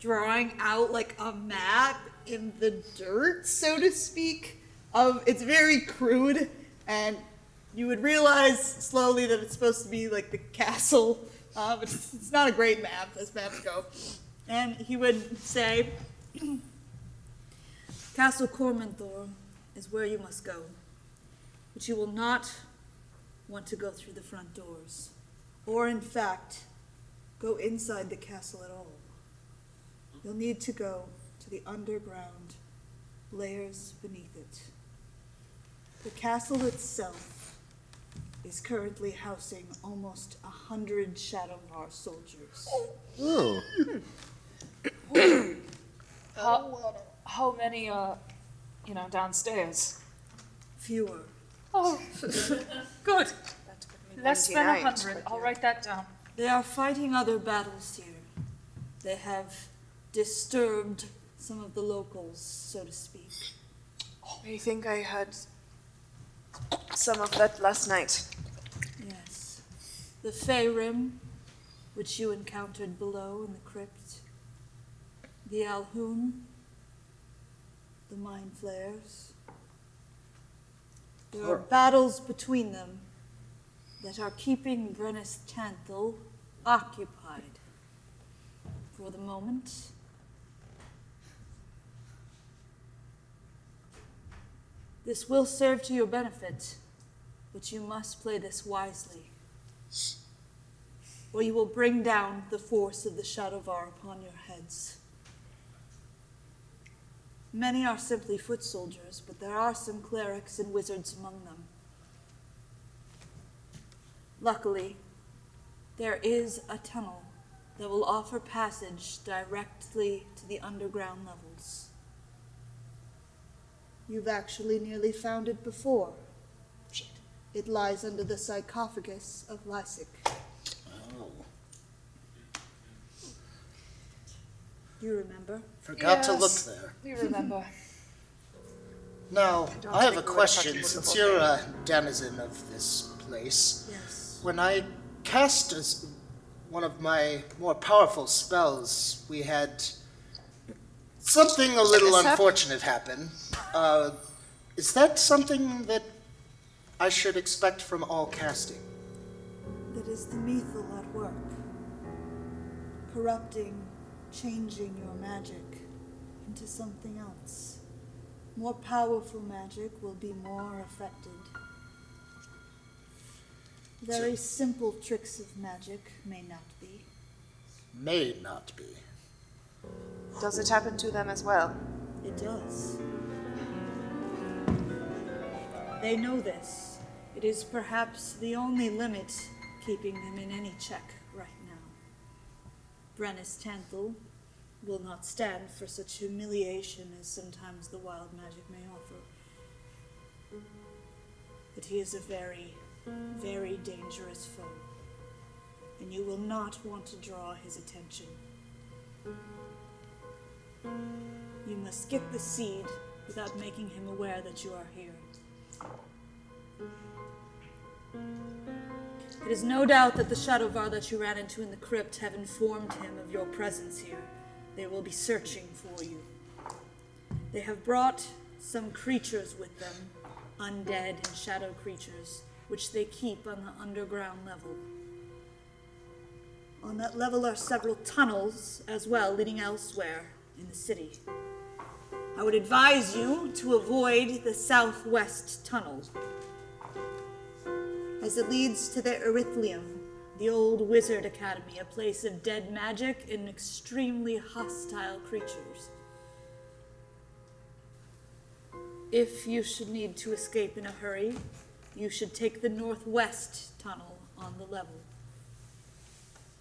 drawing out like a map in the
dirt, so to speak. Of it's very crude, and you would realize slowly that it's supposed to be like the castle,
Um,
uh, but it's, it's not a great map as maps go.
And he would say, Castle Cormanthor is where you must go, but you will not want to go through the front doors,
or in fact, go inside the castle at all. You'll need to go to the underground layers beneath it. The castle itself is currently housing almost a hundred Shadowvar soldiers.
Oh.
How, how many, uh, you know, downstairs?
Fewer.
Oh, good. Less than a
99,
hundred. I'll write that down.
They are fighting other battles here. They have disturbed some of the locals, so to speak.
I think I had some of that last night.
Yes. The Feyrim, which you encountered below in the crypt. The Alhun. The Mind Flayers. There are
Plural.
battles between them that are keeping Brennus Tanthal occupied for the moment. This will serve to your benefit, but you must play this wisely, or you will bring down the force of the Shadowvar upon your heads. Many are simply foot soldiers, but there are some clerics and wizards among them. Luckily, there is a tunnel that will offer passage directly to the underground levels.
You've actually nearly found it before. It lies under the sarcophagus of Lysic.
You remember?
Forgot to look there.
We remember.
Now,
don't
I have a
think we were
question.
touching
Since
multiple
you're a
things.
denizen of this place,
Yes.
when I cast as one of my more powerful spells, we had something a little
Mishap?
unfortunate happen. Uh, is that something that I should expect from all casting?
That is the methyl at work, corrupting, changing your magic into something else. More powerful magic will be more affected. Very simple tricks of magic may not be.
May not be.
Does it happen to them as well?
It does. They know this. It is perhaps the only limit keeping them in any check right now. Brennus Tanthal will not stand for such humiliation as sometimes the wild magic may offer. But he is a very, very dangerous foe, and you will not want to draw his attention. You must get the seed without making him aware that you are here. It is no doubt that the Shadowvar that you ran into in the crypt have informed him of your presence here. They will be searching for you. They have brought some creatures with them undead, and shadow creatures, which they keep on the underground level. On that level are several tunnels as well leading elsewhere in the city. I would advise you to avoid the southwest tunnel, as it leads to the Erythlium, the old wizard academy, a place of dead magic and extremely hostile creatures. If you should need to escape in a hurry, you should take the northwest tunnel on the level.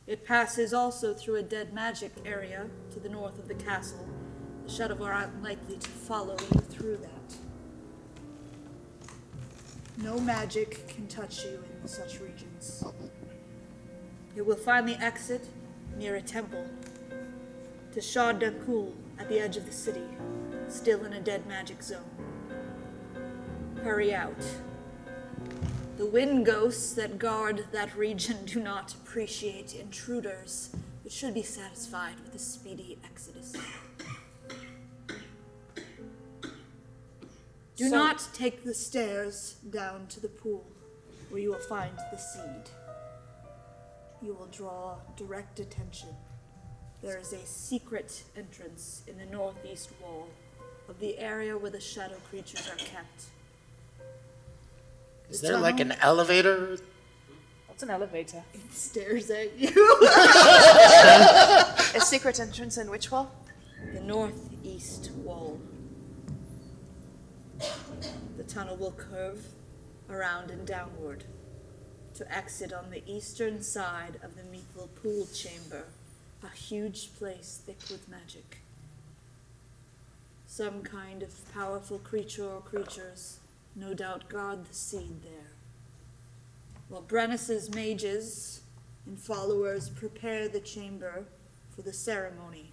It passes also through a dead magic area to the north of the castle. The Shadowvar aren't likely to follow you through that. No magic can touch you in such regions. You will find the exit near a temple to Shah Dakul at the edge of the city, still in a dead magic zone. Hurry out. The wind ghosts that guard that region do not appreciate intruders, but should be satisfied with a speedy exodus. Do
So-
not take the stairs down to the pool, where you will find the seed. You will draw direct attention. There is a secret entrance in the northeast wall of the area where the shadow creatures are kept.
Is
The
there like an
tunnel-
elevator?
What's an elevator?
It stares at you.
a secret entrance in which wall?
The northeast wall. The tunnel will curve around and downward to exit on the eastern side of the Meeple Pool Chamber, a huge place thick with magic. Some kind of powerful creature or creatures no doubt guard the seed there. While Brennus's mages and followers prepare the chamber for the ceremony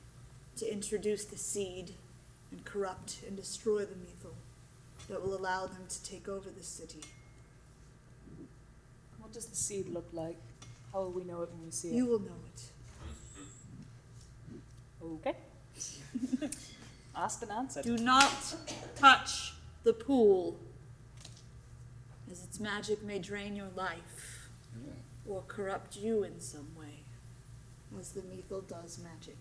to introduce the seed and corrupt and destroy the Meeple that will allow them to take over the city.
What does the seed look like? How will we know it when we see it?
You will know it.
Okay. Asked and answered.
Do not touch the pool, as its magic may drain your life or corrupt you in some way, as the Meeple does magic.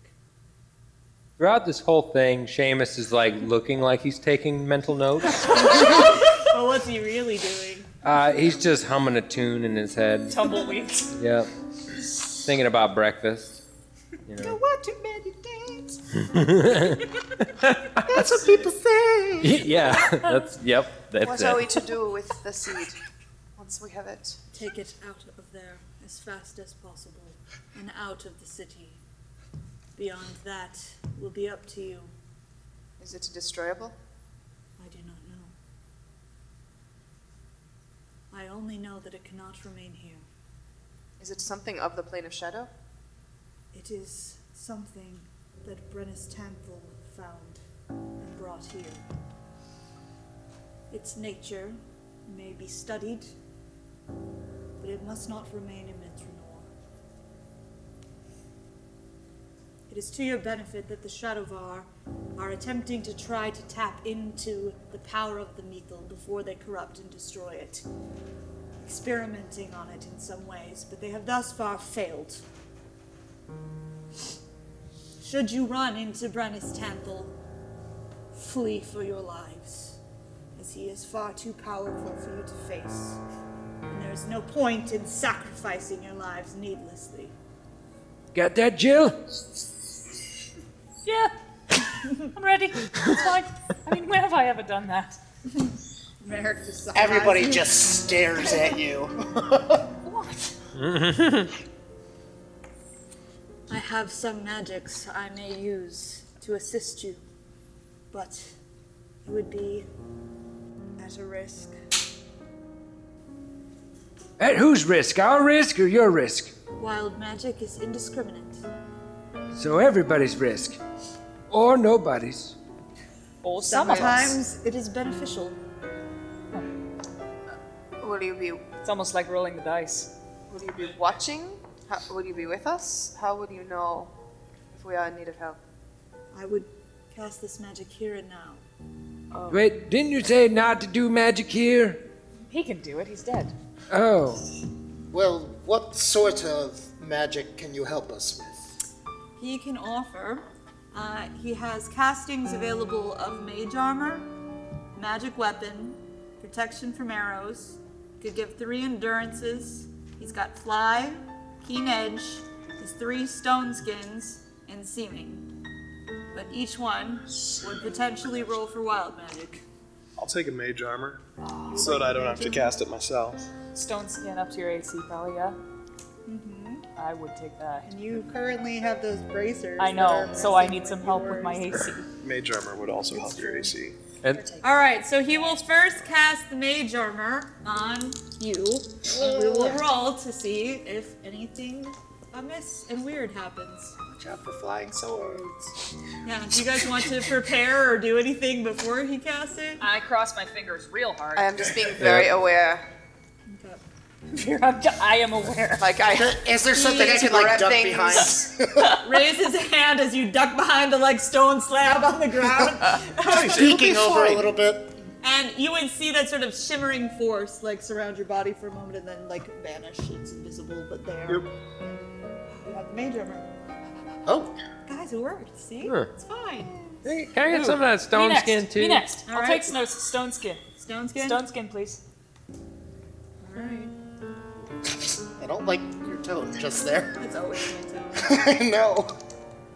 Throughout this whole thing, Seamus is like looking like he's taking mental notes.
Well, what's he really doing?
Uh, he's just humming a tune in his head.
Tumbleweeds.
Yep. Thinking about breakfast. You know.
want to meditate.
That's
what people say.
yeah, that's yep. That's
what
it.
are we to do with the seed once we have it?
Take it out of there as fast as possible and out of the city. Beyond that will be up to you.
Is it destroyable?
I do not know. I only know that it cannot remain here.
Is it something of the plane of shadow?
It is something that Brennus Tanthal found and brought here. Its nature may be studied, but it must not remain in Mitranor. It is to your benefit that the Shadowvar are attempting to try to tap into the power of the Meetle before they corrupt and destroy it, experimenting on it in some ways, but they have thus far failed. Should you run into Brennus Tanthal, flee for your lives, as he is far too powerful for you to face, and there is no point in sacrificing your lives needlessly.
Got that, Jill?
Yeah. I'm ready. It's fine. I mean, when have I ever done that?
Merrick just
Everybody just stares at you.
I have some magics I may use to assist you, but it would be at a risk.
At whose risk? Our risk or your risk?
Wild magic is indiscriminate.
So everybody's risk. Or nobody's.
Or
Sometimes it is beneficial.
Will you be?
It's almost like rolling the dice.
Will you be watching? How, will you be with us? How would you know if we are in need of help?
I would cast this magic here and now.
Oh.
Wait, didn't you say not to do magic here?
He can do it. He's dead.
Oh.
Well, what sort of magic can you help us with?
He can offer. Uh, he has castings available of mage armor, magic weapon, protection from arrows. Could give three endurances. He's got fly, keen edge, his three stone skins, and seeming. But each one would potentially roll for wild magic.
I'll take a mage armor so that I don't have to cast it myself.
Stone skin up to your AC, probably, yeah? I would take that.
And you currently have those bracers.
I
that
know,
are
so I
messing
need some
with
help with my
yours.
AC.
Mage armor would also help your AC.
And
All right, so he will first cast the mage armor on you. And we
Oh.
will roll to see if anything amiss and weird happens.
Watch out for flying swords.
Yeah, do you guys want to prepare or do anything before he casts it?
I cross my fingers real hard.
I am just being very aware.
I am aware.
Like I,
Is there something I
He
can like
wrap
duck
things.
behind?
Raise his hand as you duck behind a like stone slab on the ground.
Peeking over a little bit.
And you would see that sort of shimmering force like surround your body for a moment and then like vanish. It's invisible, but there. You have the mage armor.
Oh.
Guys, it worked. See?
Huh.
It's fine.
Can I get some of that stone
Me next,
skin too?
me
Next,
All
I'll
right.
take snow, stone skin.
Stone skin?
Stone skin, please.
Alright.
I don't like your tone just there.
It's always my tone.
I know.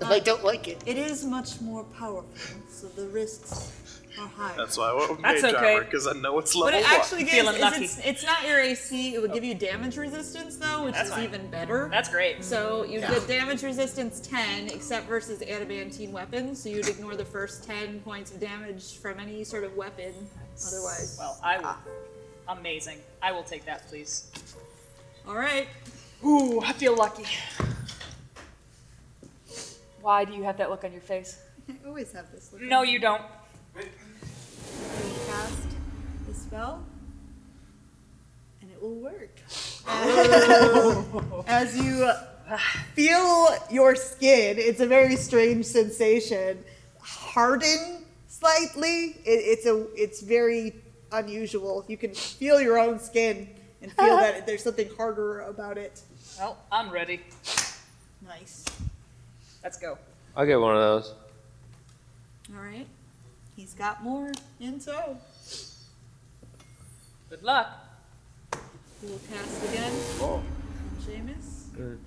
And I don't like it.
It is much more powerful, so the risks are higher.
That's why I want
That's
mage
okay.
armor because I know it's
What
level
it actually
one.
gives is it's, it's not your AC. It would give you damage resistance though, which is even better.
That's great.
So you
Yeah.
get damage resistance 10, except versus adamantine weapons. So you'd ignore the first 10 points of damage from any sort of weapon. Otherwise,
Well, I will. Amazing. I will take that, please.
all right.
Ooh, I feel lucky. Why do you have that look on your face?
I always have this look.
No, you don't.
Cast the spell, and it will work. As you uh, feel your skin, it's a very strange sensation. Harden slightly. It, it's a. It's very unusual. You can feel your own skin and feel that there's something harder about it.
Well, I'm ready.
Nice.
Let's go.
I'll get one of those.
All right. He's got more in tow.
Good luck.
He will cast again.
Oh.
on Seamus,
Good.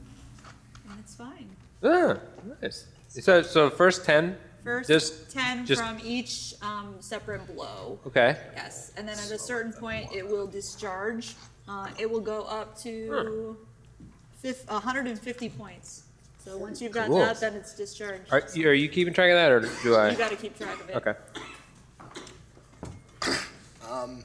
and it's fine.
Ah, nice. So, so first ten.
First
Just
10
just-
from each um, separate blow.
Okay.
Yes, and then at a certain point it will discharge. Uh, it will go up to fif- 150 points. So once you've got
Cool.
that, then it's discharged.
Are, you- are you keeping track of that, or do I?
You got to keep track of it.
Okay.
Um,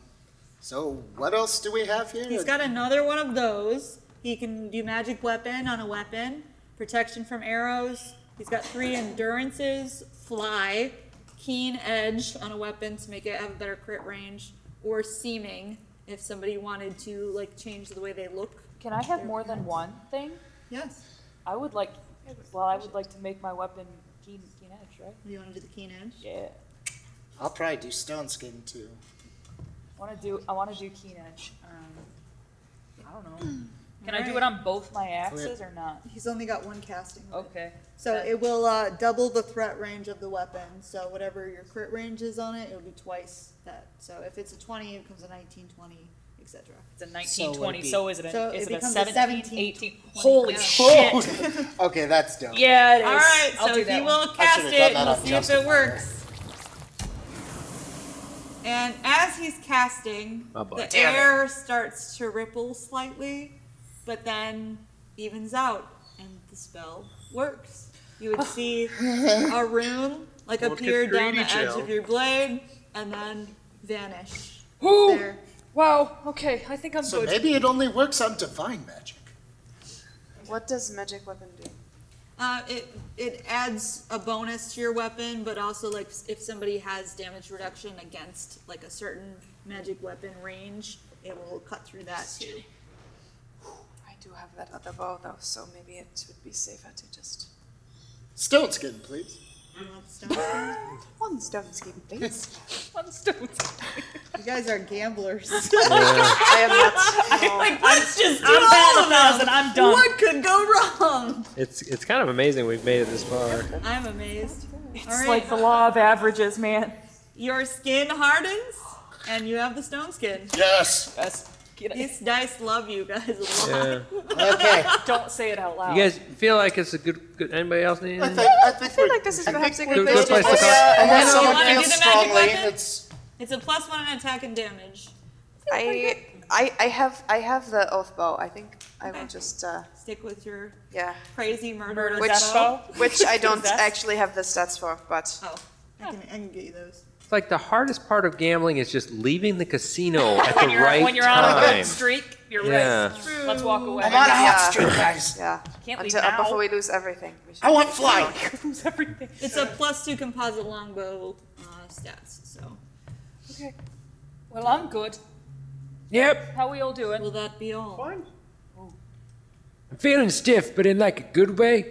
so what else do we have here?
He's got another one of those. He can do magic weapon on a weapon, protection from arrows. He's got three endurances, fly, keen edge on a weapon to make it have a better crit range, or seeming if somebody wanted to like change the way they look.
Can I have more than one thing?
Yes.
I would like. Well, I would like to make my weapon keen, keen edge, right?
You want to do the keen edge?
Yeah.
I'll probably do stone skin too.
I want to do. I want to do keen edge. Um, I don't know. Can I do
Alright.
it on both my axes or not?
He's only got one casting.
Oh,
Okay.
So it will uh, double the threat range of the weapon. So whatever your crit range is on it, it'll be twice that. So if it's a 20, it becomes a 19, 20, etc.
It's a 1920. So, is it a,
So
is
it
it, a
becomes
17,
17,
18?
20.
Holy
Yeah.
shit.
okay, that's dope.
Yeah, it is.
All right,
I'll
so
do
he
that
will
one.
cast
should've done
it.
that
We'll
on
see if it
Justifier.
works. And as he's casting,
My butt.
the
Damn it.
air starts to ripple slightly, but then evens out, and the spell works. You would see a rune like
Look at
appear down the
greedy
edge
Jill.
of your blade, and then vanish.
Ooh.
There.
Wow. Okay. I think I'm
So
good.
maybe it only works on divine magic.
What does magic weapon do?
Uh, it it adds a bonus to your weapon, but also like if somebody has damage reduction against like a certain magic weapon range, it will cut through that too.
I do have that other bow though, so maybe it would be safer to just.
Stone skin, please.
One stone's getting based.
One stone.
You guys are gamblers.
I am not.
No. Like, let's just do
I'm
all
batting
of
a
them.
thousand, I'm done.
What could go wrong?
It's it's kind of amazing we've made it this far.
I'm amazed.
It's
All right.
like the law of averages, man.
Your skin hardens, and you have the stone skin.
Yes.
These dice love you guys a lot.
Okay.
Don't say it out loud.
You guys feel like it's a good good anybody else need
I
anything?
think, I think
feel like this is perhaps a good
Good-
place
good
to
place to
go.
call-
Yeah,
Yeah,
unless
you
someone
wanna do
feels
the magic
strongly.
weapon?
It's
It's a plus one on attack and damage.
I, I, I have, I have the oath bow. I think I will just. Uh,
Stick with your
yeah.
crazy murder.
Which,
bow.
which I don't
Zest?
actually have the stats for, but.
Oh.
I can, I can get you those.
It's like the hardest part of gambling is just leaving the casino at the
When you're,
right
when you're
time.
on a good streak, you're
Yeah.
right. Let's walk away.
I'm on a hot streak, guys.
Yeah.
Can't leave
Until, uh,
now.
before we lose everything. we should-
I want fly.
It's a plus two composite longbow uh, stats. So
Okay. Well, I'm good.
Yep,
How we all doing?
will that be all? Fine.
I'm feeling stiff, but in like a good way.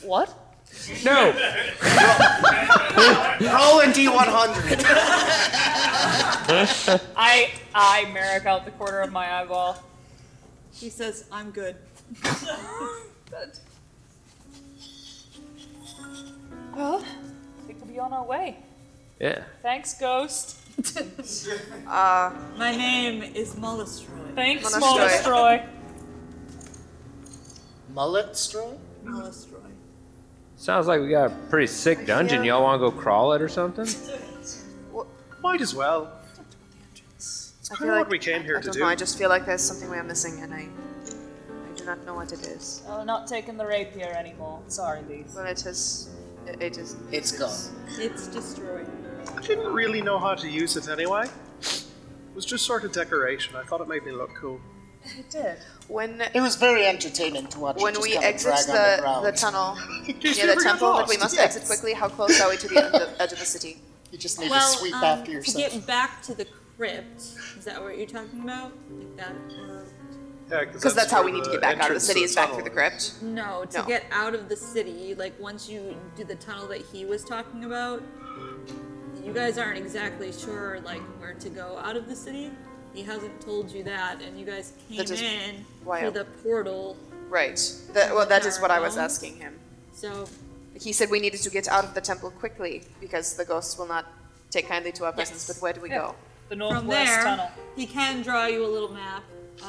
What?
No,
Roll in D100.
I I Merrick out the corner of my eyeball.
He says, I'm good.
Well, I think we'll be on our way.
Yeah.
Thanks, Ghost.
Uh,
My name is Mollustroy.
Thanks,
Monostroy.
Small Destroy.
Mullet straw?
Mollustroy.
Sounds like we got a pretty sick dungeon. Y'all want to go crawl it or something?
Might as well. It's
I
kind
feel
of
like
what we came here
I
to
don't
do.
know. I just feel like there's something we are missing, and I, I do not know what it is.
Oh, not taking the rapier anymore. Sorry, Leaf.
But it is, it is.
It's gone.
It's destroyed.
I didn't really know how to use it anyway. It was just sort of decoration. I thought it made me look cool.
It did.
When
It was very entertaining to watch. it
when
just
we
kinda
exit
drag on
the,
the, ground.
the, tunnel
case
near
we
the
ever got
temple, like we
lost,
must
yes.
exit quickly. How close are we to the end of- edge of the city?
You just need
well,
to sweep
um,
after
to
yourself.
get back to the crypt, is that what you're talking about? Like that, or
Yeah,
Because that's how we need to get back out of the city. Is back through the crypt.
no? To
No.
get out of the city, like once you do the tunnel that he was talking about, you guys aren't exactly sure like where to go out of the city. He hasn't told you that, and you guys came
That is
in
why
through
I-
the portal.
Right. That, well, that is what I was
Dark.
asking him.
So
He said we needed to get out of the temple quickly because the ghosts will not take kindly to our presence.
Yes.
But where do we
Yeah.
go?
The
from
Northwest
there,
Tunnel.
he can draw you a little map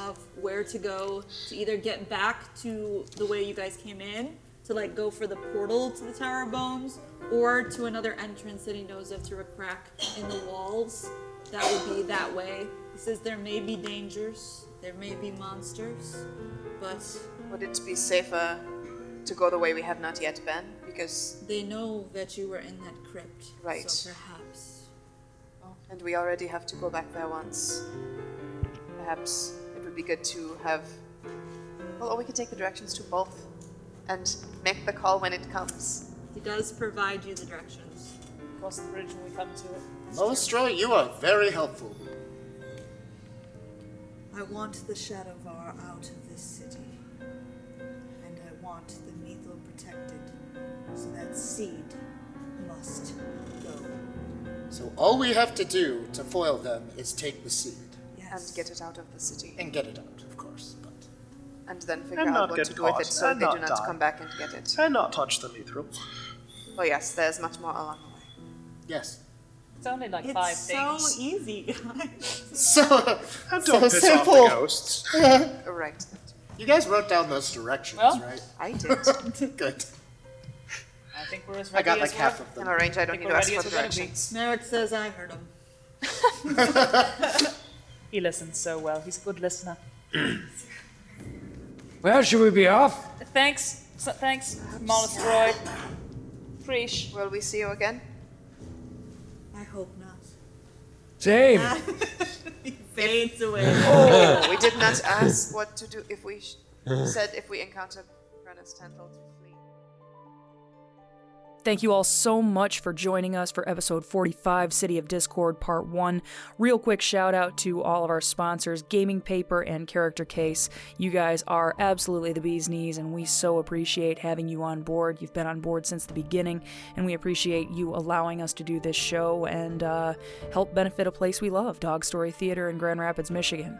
of where to go to either get back to the way you guys came in, to like go for the portal to the Tower of Bones, or to another entrance that he knows of through a crack in the walls. That would be that way. He says there may be dangers, there may be monsters, but
Would it be safer to go the way we have not yet been? Because
they know that you were in that crypt.
Right.
So perhaps.
and we already have to go back there once. Perhaps it would be good to have. Well, or we could take the directions to both, and make the call when it comes.
He does provide you the directions.
Cross the bridge when we come to it.
Molestra, you are very helpful.
I want the Shadowvar out of this city. And I want the Neethel protected. So that seed must go.
So all we have to do to foil them is take the seed
and get it out of the city,
and get it out, of course. But
and then figure
And
out
not
what
get
to do with
caught,
it so
and
they do
not
not
die.
come back and get it.
And not touch the mithril.
Oh yes, there's much more along the way.
yes.
It's only like
It's
five
so
things.
easy, guys.
So,
And
so
don't piss
simple.
off the ghosts.
Oh, Right,
You guys wrote down those directions,
Well.
right?
I did.
Good.
I think we're as
I
ready
got like
as
half
we're-
of
I'm
them.
arranged. I don't
think
need to
we're
ask
ready
for
as we're gonna be.
directions.
Merrick says I heard him.
He listens so well. He's a good listener.
well, should we be off?
Thanks, so, thanks, Molestroy. Preach.
Will we see you again?
I hope not.
Same.
Fades away.
Oh, we did not ask what to do if we sh- said if we encounter Renus Tenthal to flee.
Thank you all so much for joining us for episode 45, City of Discord, part one. Real quick shout out to all of our sponsors, Gaming Paper and Character Case. You guys are absolutely the bee's knees, and we so appreciate having you on board. You've been on board since the beginning, and we appreciate you allowing us to do this show and uh, help benefit a place we love, Dog Story Theater in Grand Rapids, Michigan.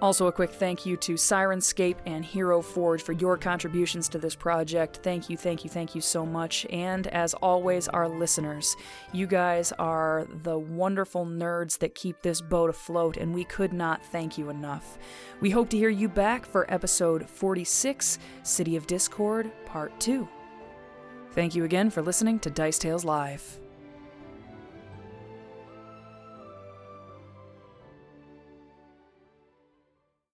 Also, a quick thank you to Sirenscape and Hero Forge for your contributions to this project. Thank you, thank you, thank you so much. And as always, our listeners. You guys are the wonderful nerds that keep this boat afloat, and we could not thank you enough. We hope to hear you back for episode 46 City of Discord, Part 2. Thank you again for listening to Dice Tales Live.